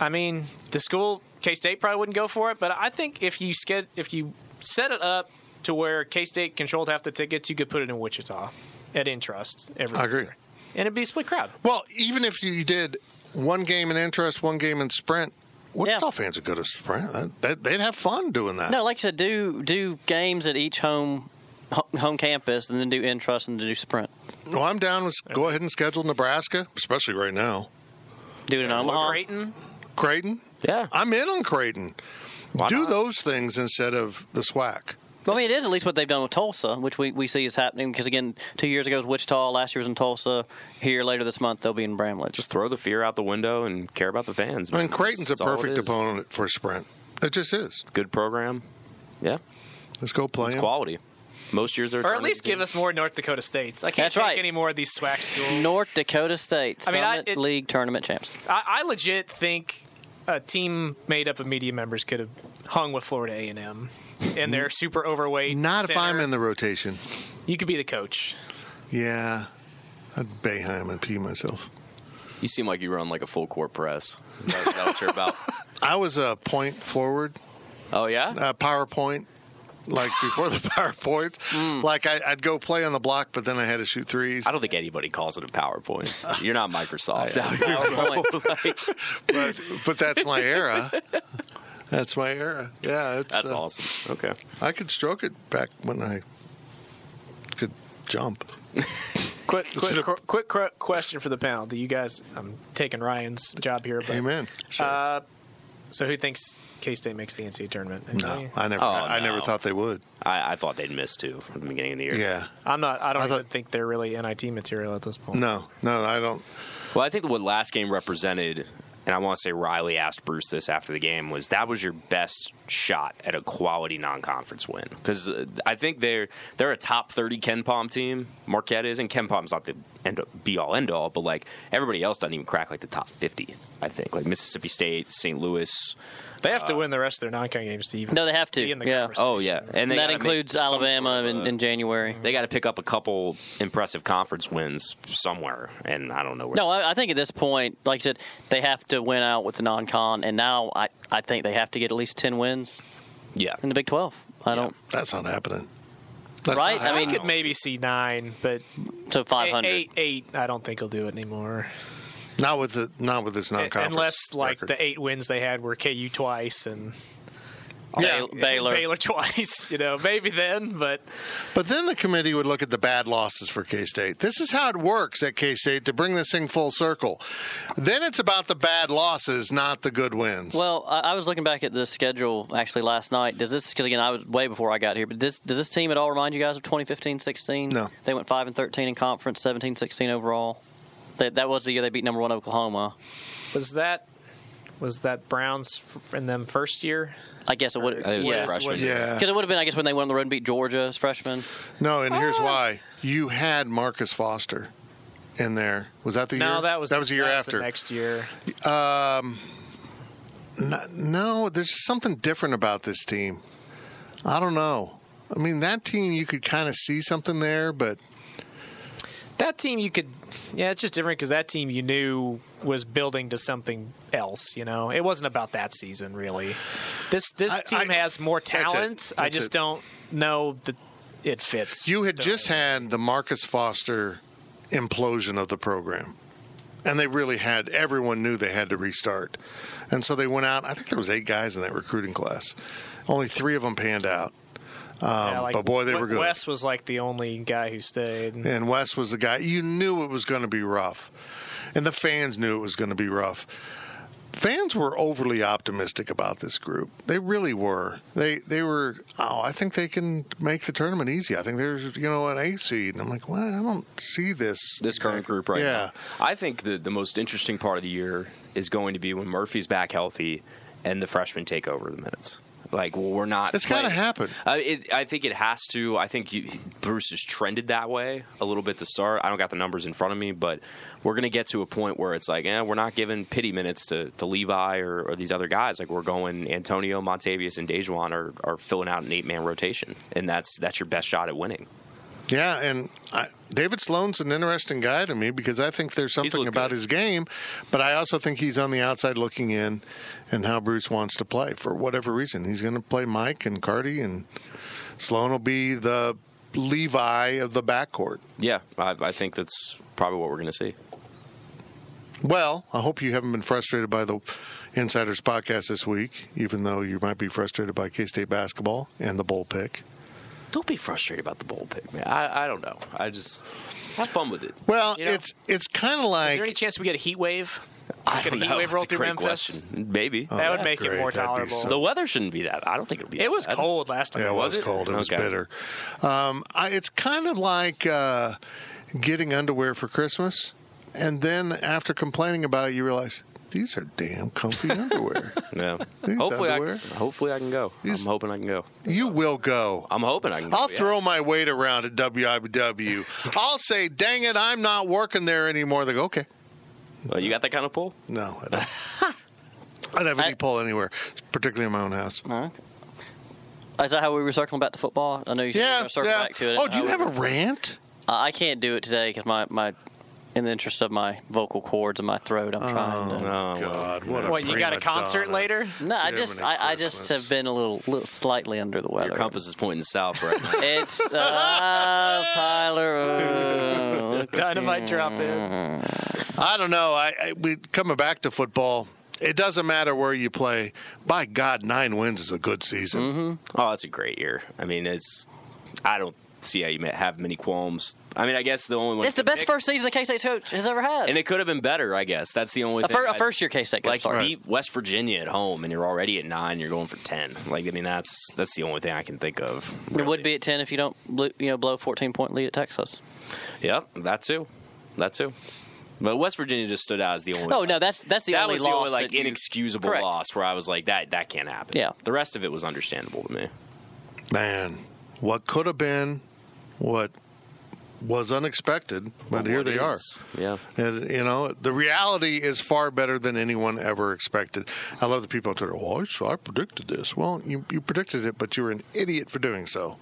Speaker 5: I mean, the school K State probably wouldn't go for it, but I think if you sched- if you set it up to where K State controlled half the tickets, you could put it in Wichita at Intrust every.
Speaker 2: I agree.
Speaker 5: year. and it'd be a split crowd.
Speaker 2: Well, even if you did one game in Intrust, one game in Sprint, Wichita fans would go to Sprint. That- that- They'd have fun doing that.
Speaker 4: No, like you said, do do games at each home ho- home campus, and then do intrust and then do sprint.
Speaker 2: Well, I'm down with go ahead and schedule Nebraska, especially right now.
Speaker 4: Do it in Omaha.
Speaker 5: Creighton,
Speaker 2: Creighton.
Speaker 3: Yeah.
Speaker 2: I'm in on Creighton.
Speaker 3: Why
Speaker 2: do
Speaker 3: not?
Speaker 2: those things instead of the SWAC.
Speaker 4: Well, I mean, it is at least what they've done with Tulsa, which we, we see is happening because again, two years ago was Wichita, last year was in Tulsa. Here later this month they'll be in Bramlage.
Speaker 3: Just throw the fear out the window and care about the fans.
Speaker 2: I mean,
Speaker 3: man.
Speaker 2: Creighton's a
Speaker 3: That's all it
Speaker 2: perfect
Speaker 3: is.
Speaker 2: opponent for Sprint. It just is.
Speaker 3: Good program. Yeah,
Speaker 2: Let's go play
Speaker 3: it's
Speaker 2: 'em.
Speaker 3: quality. Most years are.
Speaker 5: or at least give us more North Dakota states. I can't
Speaker 4: That's
Speaker 5: take
Speaker 4: right.
Speaker 5: any more of these SWAC schools.
Speaker 4: North Dakota State
Speaker 5: I mean, I-
Speaker 4: Summit
Speaker 5: it-
Speaker 4: League tournament champs.
Speaker 5: I, I legit think a team made up of media members could have hung with Florida A and M, and they're super overweight.
Speaker 2: Not if I'm
Speaker 5: center.
Speaker 2: in the rotation.
Speaker 5: You could be the coach.
Speaker 2: Yeah. I'd Bayheim and pee myself.
Speaker 3: You seem like you run like a full court press. Is that, is that what you're about?
Speaker 2: I was a point forward,
Speaker 3: Oh yeah.
Speaker 2: uh, PowerPoint, like before the PowerPoint. Like I, I'd go play on the block, but then I had to shoot threes.
Speaker 3: I don't think anybody calls it a PowerPoint. You're not Microsoft.
Speaker 2: But, but that's my era. That's my era. Yeah. It's,
Speaker 3: That's
Speaker 2: uh,
Speaker 3: awesome. Okay.
Speaker 2: I could stroke it back when I could jump.
Speaker 5: Quick,
Speaker 2: Instead
Speaker 5: quick,
Speaker 2: of-
Speaker 5: qu- quick qu- question for the panel. Do you guys? I'm taking Ryan's job here, but
Speaker 2: Amen.
Speaker 5: uh, so who thinks K State makes the NCAA tournament?
Speaker 2: No, I never.
Speaker 3: Oh,
Speaker 2: I, I never
Speaker 3: no.
Speaker 2: thought they would.
Speaker 3: I, I thought they'd miss two from the beginning of the year.
Speaker 2: Yeah.
Speaker 5: I'm not. I don't
Speaker 2: I thought-
Speaker 5: even think they're really NIT material at this point.
Speaker 2: No. No. I don't.
Speaker 3: Well, I think what last game represented, and I want to say Riley asked Bruce this after the game, was that was your best shot at a quality non-conference win because I think they're they're a top thirty Ken Palm team. Marquette is, and Ken Palm's not the end be all end all, but like everybody else doesn't even crack like the top fifty. I think like Mississippi State, St. Louis.
Speaker 5: They have to win the rest of their non-con games to even.
Speaker 4: No, they have to.
Speaker 5: Be in the
Speaker 4: Yeah.
Speaker 5: conversation.
Speaker 3: Oh yeah, and, they
Speaker 4: that
Speaker 3: gotta make
Speaker 4: includes
Speaker 3: some
Speaker 4: Alabama
Speaker 3: sort of
Speaker 4: in,
Speaker 3: a- Mm-hmm.
Speaker 4: in January.
Speaker 3: They got to pick up a couple impressive conference wins somewhere, and I don't know where.
Speaker 4: No, I, I think at this point, like I said, they have to win out with the non-con, and now I, I think they have to get at least ten wins
Speaker 3: yeah,
Speaker 4: in the Big Twelve. I don't
Speaker 2: That's not happening. That's
Speaker 4: Right?
Speaker 2: not
Speaker 5: I
Speaker 4: I mean-
Speaker 5: could maybe see nine, but
Speaker 4: so five
Speaker 5: eight,
Speaker 4: hundred.
Speaker 5: eight, eight. I don't think he'll do it anymore,
Speaker 2: Not with the not with this non-conference.
Speaker 5: unless like
Speaker 2: record.
Speaker 5: the eight wins they had were KU twice and
Speaker 2: Yeah.
Speaker 4: Bay- Baylor.
Speaker 5: Baylor twice, you know, maybe then, but
Speaker 2: But then the committee would look at the bad losses for K State. This is how it works at K State to bring this thing full circle. Then it's about the bad losses, not the good wins.
Speaker 4: Well, I, I was looking back at the schedule actually last night. Does this because again I was way before I got here, but this, does this team at all remind you guys of 2015-16?
Speaker 2: No.
Speaker 4: they went five and thirteen in conference, 17-16 overall. That that was the year they beat number one Oklahoma.
Speaker 5: was that was that Browns f- in them first year?
Speaker 4: I guess it would.
Speaker 3: I think it was
Speaker 4: Yeah.
Speaker 3: freshman.
Speaker 2: yeah.
Speaker 4: Because it would have been, I guess, when they went on the road and beat Georgia as freshmen.
Speaker 2: No, and
Speaker 5: Ah.
Speaker 2: here's why. You had Marcus Foster in there. Was that the year?
Speaker 5: No, that was
Speaker 2: that was a year
Speaker 5: that's the
Speaker 2: after.
Speaker 5: next year.
Speaker 2: No, there's just something different about this team. I don't know. I mean, that team you could kind of see something there, but
Speaker 5: That team you could, yeah, it's just different because that team you knew was building to something else. You know, it wasn't about that season really. This this
Speaker 2: I-
Speaker 5: team
Speaker 2: I-
Speaker 5: has more
Speaker 2: that's it.
Speaker 5: talent. I
Speaker 2: That's
Speaker 5: just
Speaker 2: it.
Speaker 5: don't know that it fits.
Speaker 2: you had just had the Marcus Foster implosion of the program. And they really had, everyone knew they had to restart. And so they went out, I think there was eight guys in that recruiting class. Only three of them panned out.
Speaker 5: Yeah, like,
Speaker 2: Um, but boy, they were good.
Speaker 5: Wes was like the only guy who stayed.
Speaker 2: and Wes was the guy. You knew it was going to be rough, and the fans knew it was going to be rough. Fans were overly optimistic about this group. They really were. They they were. Oh, I think they can make the tournament easy. I think there's you know an A seed, and I'm like, well, I don't see this
Speaker 3: this current group right
Speaker 2: Yeah.
Speaker 3: now. I think the the most interesting part of the year is going to be when Murphy's back healthy and the freshmen take over the minutes. Like well, we're not.
Speaker 2: It's gotta
Speaker 3: playing-
Speaker 2: happen.
Speaker 3: Uh, it, I think it has to. I think you, Bruce has trended that way a little bit to start. I don't got the numbers in front of me, but we're going to get to a point where it's like, eh, we're not giving pity minutes to, to Levi or, or these other guys. Like we're going Antonio, Montavious, and Dejuan are, are filling out an eight man rotation, and that's that's your best shot at winning.
Speaker 2: Yeah, and I, David Sloan's an interesting guy to me because I think there's something
Speaker 3: looked
Speaker 2: about
Speaker 3: good.
Speaker 2: his game, but I also think he's on the outside looking in and how Bruce wants to play for whatever reason. He's going to play Mike and Cardi, and Sloan will be the Levi of the backcourt.
Speaker 3: Yeah, I, I think that's probably what we're going to see.
Speaker 2: Well, I hope you haven't been frustrated by the Insiders podcast this week, even though you might be frustrated by K State basketball and the bowl pick.
Speaker 3: Don't be frustrated about the bowl pick, man. I, I don't know. I just have fun with it.
Speaker 2: Well,
Speaker 3: You know?
Speaker 2: it's it's kind of like
Speaker 5: Is there any chance we get a heat wave?
Speaker 3: I
Speaker 5: Could a
Speaker 3: don't
Speaker 5: heat
Speaker 3: know.
Speaker 5: wave roll
Speaker 3: It's a
Speaker 5: through
Speaker 3: great
Speaker 5: Memphis?
Speaker 3: question. Maybe
Speaker 5: that would
Speaker 2: that'd
Speaker 5: make
Speaker 2: Oh, great.
Speaker 5: it more
Speaker 2: That'd be
Speaker 5: tolerable.
Speaker 2: so-
Speaker 3: the weather shouldn't be that. I don't think it'll be.
Speaker 5: it was
Speaker 3: that bad.
Speaker 5: cold last time.
Speaker 2: Yeah, it was
Speaker 3: it?
Speaker 2: cold. It was
Speaker 3: Okay.
Speaker 2: bitter. Um, I, it's kind of like uh, getting underwear for Christmas, and then after complaining about it, you realize these are damn comfy underwear.
Speaker 3: Yeah.
Speaker 2: These
Speaker 3: hopefully,
Speaker 2: underwear.
Speaker 3: I, hopefully I can go.
Speaker 2: These-
Speaker 3: I'm hoping I can go.
Speaker 2: you will go.
Speaker 3: I'm hoping I can. go,
Speaker 2: I'll
Speaker 3: Oh, yeah.
Speaker 2: throw my weight around at WIBW. I'll say, "Dang it, I'm not working there anymore." They go, "Okay,
Speaker 3: Well, you got that kind of pull?
Speaker 2: no, I don't." I don't have any
Speaker 4: I-
Speaker 2: pull anywhere, particularly in my own house.
Speaker 4: Is that how we were circling back to football? I know you said we were
Speaker 2: Yeah,
Speaker 4: gonna circle
Speaker 2: yeah.
Speaker 4: back to it.
Speaker 2: Oh, do you
Speaker 4: Uh,
Speaker 2: have a rant?
Speaker 4: I I can't do it today because my, my, in the interest of my vocal cords and my throat, I'm trying
Speaker 2: Oh,
Speaker 4: to.
Speaker 3: Oh, No.
Speaker 2: God, what a
Speaker 5: What you got a
Speaker 2: prima
Speaker 5: concert
Speaker 2: donna.
Speaker 5: later?
Speaker 4: No, I
Speaker 2: Jim
Speaker 4: just
Speaker 2: and
Speaker 4: I, I just
Speaker 2: Christmas.
Speaker 4: have been a little, little slightly under the weather.
Speaker 3: Your compass is pointing south right now.
Speaker 4: It's uh, Tyler. uh,
Speaker 5: Dynamite drop in.
Speaker 2: I don't know. I, I we coming back to football. It doesn't matter where you play. By God, nine wins is a good season.
Speaker 3: Oh, that's a great year. I mean, it's. I don't see how you may have many qualms. I mean, I guess the only one.
Speaker 4: it's the best first season the K State coach has ever had.
Speaker 3: And it could have been better, I guess. That's the only
Speaker 4: a,
Speaker 3: thing.
Speaker 4: fir- a
Speaker 3: I-
Speaker 4: first year K State coach.
Speaker 3: like
Speaker 4: sorry.
Speaker 3: beat West Virginia at home, and you're already at nine. You're going for ten. Like I mean, that's that's the only thing I can think of.
Speaker 4: It would be at ten if you don't, blo- you know, blow a fourteen point lead at Texas.
Speaker 3: Yep, that too, that too. But West Virginia just stood out as the only.
Speaker 4: Oh no, that's that's the
Speaker 3: that
Speaker 4: only
Speaker 3: was the
Speaker 4: loss
Speaker 3: only like
Speaker 4: that you-
Speaker 3: inexcusable
Speaker 4: Correct.
Speaker 3: loss where I was like that that can't happen.
Speaker 4: Yeah.
Speaker 3: the rest of it was understandable to me.
Speaker 2: Man, what could have been, what was unexpected, but here they are.
Speaker 3: Yeah,
Speaker 2: And, you know, the reality is far better than anyone ever expected. I love the people on Twitter. Well, I, so I predicted this. Well, you, you predicted it, but you were an idiot for doing so.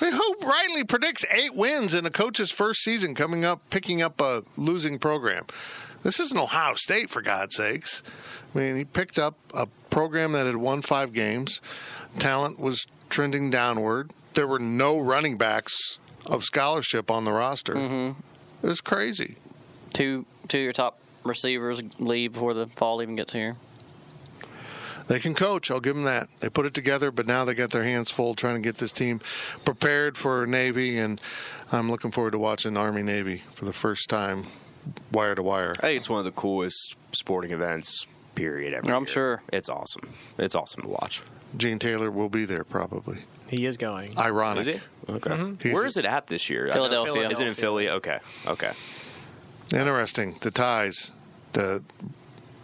Speaker 2: I mean, who rightly predicts eight wins in a coach's first season coming up, picking up a losing program? This isn't Ohio State, for God's sakes. I mean, he picked up a program that had won five games. Talent was trending downward. There were no running backs of scholarship on the roster. It was crazy.
Speaker 4: two two of your top receivers leave before the fall even gets here.
Speaker 2: They can coach. I'll give them that. They put it together, but now they got their hands full trying to get this team prepared for Navy, and I'm looking forward to watching Army Navy for the first time, wire to wire.
Speaker 3: I think it's one of the coolest sporting events. Period. Every
Speaker 4: I'm
Speaker 3: year.
Speaker 4: sure.
Speaker 3: it's awesome. It's awesome to watch.
Speaker 2: Gene Taylor will be there probably.
Speaker 5: He is going.
Speaker 2: Ironic.
Speaker 3: Is it? Okay.
Speaker 2: Mm-hmm. He's-
Speaker 3: Where is it at this year? I know-
Speaker 4: Philadelphia.
Speaker 3: Is it in Philly? Okay. Okay.
Speaker 2: Interesting. The ties that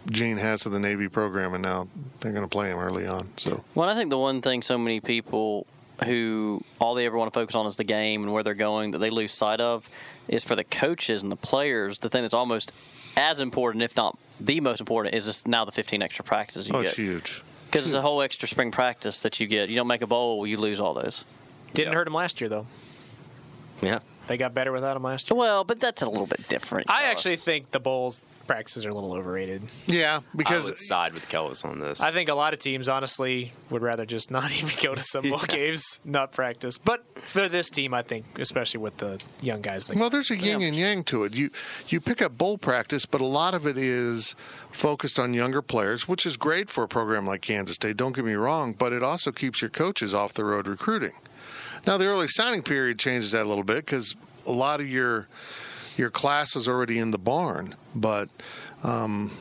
Speaker 2: Gene has to the Navy program, and now they're going to play him early on. So
Speaker 4: Well, I think the one thing so many people who all they ever want to focus on is the game and where they're going that they lose sight of is for the coaches and the players. The thing that's almost as important, if not the most important, is this now the 15 extra practices you
Speaker 2: oh, it's
Speaker 4: get
Speaker 2: huge.
Speaker 4: because it's a whole extra spring practice that you get. You don't make a bowl, you lose all those.
Speaker 5: Didn't hurt him last year though.
Speaker 3: Yeah.
Speaker 5: They got better without him last year.
Speaker 4: Well, but that's a little bit different.
Speaker 5: I
Speaker 4: Charles.
Speaker 5: actually think the Bulls practices are a little overrated.
Speaker 2: Yeah,
Speaker 3: I would
Speaker 2: because
Speaker 3: side with Kellis on this.
Speaker 5: I think a lot of teams honestly would rather just not even go to some bowl games, not practice. But for this team, I think, especially with the young guys, they
Speaker 2: well, there's a yin and yang to it. You you pick up bowl practice, but a lot of it is focused on younger players, which is great for a program like Kansas State. Don't get me wrong, but it also keeps your coaches off the road recruiting. Now the early signing period changes that a little bit because a lot of your your class is already in the barn, but. um,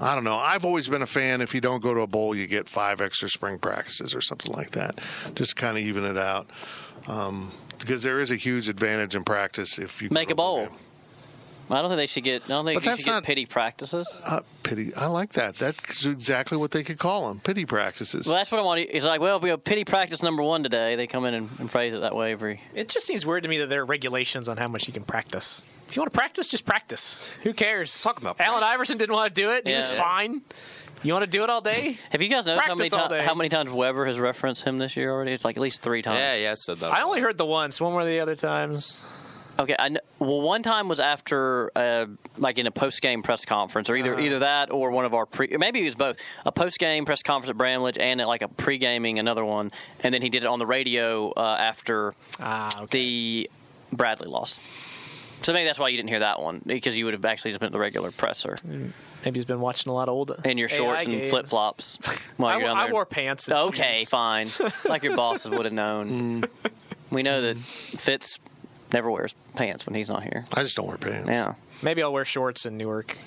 Speaker 2: I don't know. I've always been a fan. If you don't go to a bowl, you get five extra spring practices or something like that, just to kind of even it out. Um, because there is a huge advantage in practice if you go
Speaker 4: Make
Speaker 2: to
Speaker 4: a bowl.
Speaker 2: game.
Speaker 4: I don't think they should get. I don't think
Speaker 2: But
Speaker 4: they
Speaker 2: that's
Speaker 4: should get
Speaker 2: not-
Speaker 4: pity practices.
Speaker 2: Uh, pity. I like that. That's exactly what they could call them. Pity practices.
Speaker 4: Well, that's what I want. to It's like, well, we have pity practice number one today. They come in and, and phrase it that way every
Speaker 5: It just seems weird to me that there are regulations on how much you can practice. If you want to practice, just practice. Who cares?
Speaker 3: Talk about
Speaker 5: Allen
Speaker 3: practice.
Speaker 5: Iverson didn't want to do it. He
Speaker 4: Yeah.
Speaker 5: was fine. You want to do it all day?
Speaker 4: Have you guys noticed how many,
Speaker 5: Practice all
Speaker 4: ti-
Speaker 5: day.
Speaker 4: how many times Weber has referenced him this year already? It's like at least three times.
Speaker 3: yeah, yeah, I said that.
Speaker 5: I only heard the once. One were the other times.
Speaker 4: Okay. I kn- well, one time was after uh, like in a post game press conference, or
Speaker 5: Uh-huh.
Speaker 4: either either that or one of our pre. or Maybe it was both a post game press conference at Bramlage and at like a pre gaming another one, and then he did it on the radio uh, after
Speaker 5: Ah, okay.
Speaker 4: the Bradley loss. So maybe that's why you didn't hear that one because you would have actually just been at the regular presser
Speaker 5: Maybe he's been watching a lot of old.
Speaker 4: in your
Speaker 5: AI
Speaker 4: shorts and
Speaker 5: games.
Speaker 4: flip flops while
Speaker 5: I, w-
Speaker 4: you're down
Speaker 5: I
Speaker 4: there.
Speaker 5: wore pants. And
Speaker 4: Okay,
Speaker 5: shoes. Mm.
Speaker 4: fine. Like your bosses would have known. We know that Fitz never wears pants when he's not here.
Speaker 2: I just don't wear pants.
Speaker 4: Yeah.
Speaker 5: Maybe I'll wear shorts in Newark.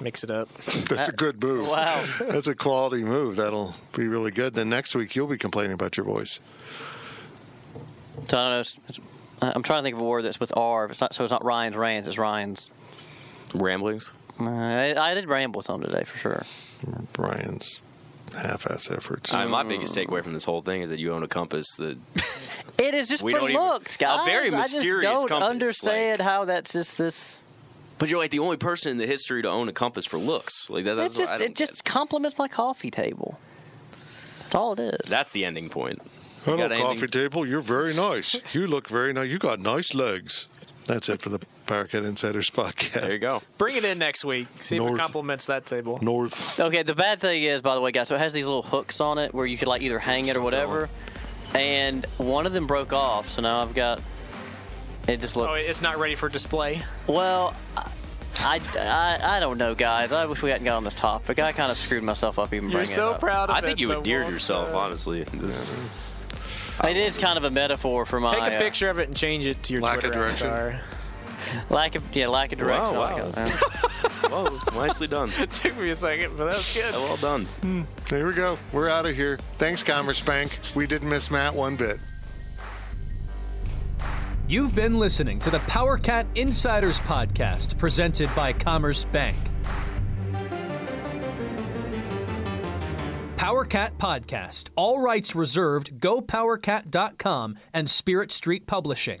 Speaker 5: Mix it up.
Speaker 2: That's a good move.
Speaker 4: Wow.
Speaker 2: That's a quality move. That'll be really good. Then next week you'll be complaining about your voice.
Speaker 4: So I don't know. It's, it's, I- I'm trying to think of a word that's with R. but It's not so. It's not Ryan's Rans. It's Ryan's.
Speaker 3: ramblings.
Speaker 4: Uh, I, I did ramble some today for sure.
Speaker 2: Brian's half-ass efforts.
Speaker 3: I mean, my biggest
Speaker 4: Mm.
Speaker 3: takeaway from this whole thing is that you own a compass that
Speaker 4: It is just
Speaker 3: We
Speaker 4: for
Speaker 3: don't even-
Speaker 4: looks,
Speaker 3: a
Speaker 4: guys.
Speaker 3: very mysterious
Speaker 4: I just don't
Speaker 3: compass,
Speaker 4: understand
Speaker 3: like-
Speaker 4: how that's just this.
Speaker 3: But you're like the only person in the history to own a compass for looks. Like that,
Speaker 4: It's
Speaker 3: that's
Speaker 4: just it just complements my coffee table. That's all it is.
Speaker 3: that's the ending point. You
Speaker 2: Hello,
Speaker 3: got anything-
Speaker 2: coffee table. You're very nice. You look very nice. You got nice legs. That's it for the Powercat Insiders podcast.
Speaker 3: There you go.
Speaker 5: Bring it in next week. See if
Speaker 2: North.
Speaker 5: it complements that table.
Speaker 2: North.
Speaker 4: Okay, the bad thing is, by the way, guys, so it has these little hooks on it where you could like either hang it or whatever. And one of them broke off, so now I've got. It just looks.
Speaker 5: Oh, it's not ready for display.
Speaker 4: well, I, I, I, I don't know, guys. I wish we hadn't got on this topic. I kind of screwed myself up even
Speaker 5: You're
Speaker 4: bringing
Speaker 5: so
Speaker 4: it up.
Speaker 5: proud. of
Speaker 3: I think
Speaker 5: it,
Speaker 3: you
Speaker 5: but
Speaker 3: endeared
Speaker 5: won't,
Speaker 3: yourself,
Speaker 5: uh,
Speaker 3: honestly. This
Speaker 4: It is kind of a metaphor for my
Speaker 5: Take a
Speaker 4: uh,
Speaker 5: picture of it and change it to your
Speaker 2: Lack of
Speaker 5: Twitter
Speaker 2: direction.
Speaker 5: avatar.
Speaker 4: lack of yeah, lack of direction.
Speaker 3: Wow,
Speaker 4: all that
Speaker 3: wow.
Speaker 4: kind of stuff.
Speaker 3: whoa, nicely done.
Speaker 5: Took me a second, but that was good.
Speaker 3: Well done.
Speaker 2: There we go. We're out of here. Thanks, Commerce Bank. We didn't miss Matt one bit.
Speaker 1: You've been listening to the PowerCat Insiders Podcast, presented by Commerce Bank. PowerCat Podcast, all rights reserved, gopowercat.com and Spirit Street Publishing.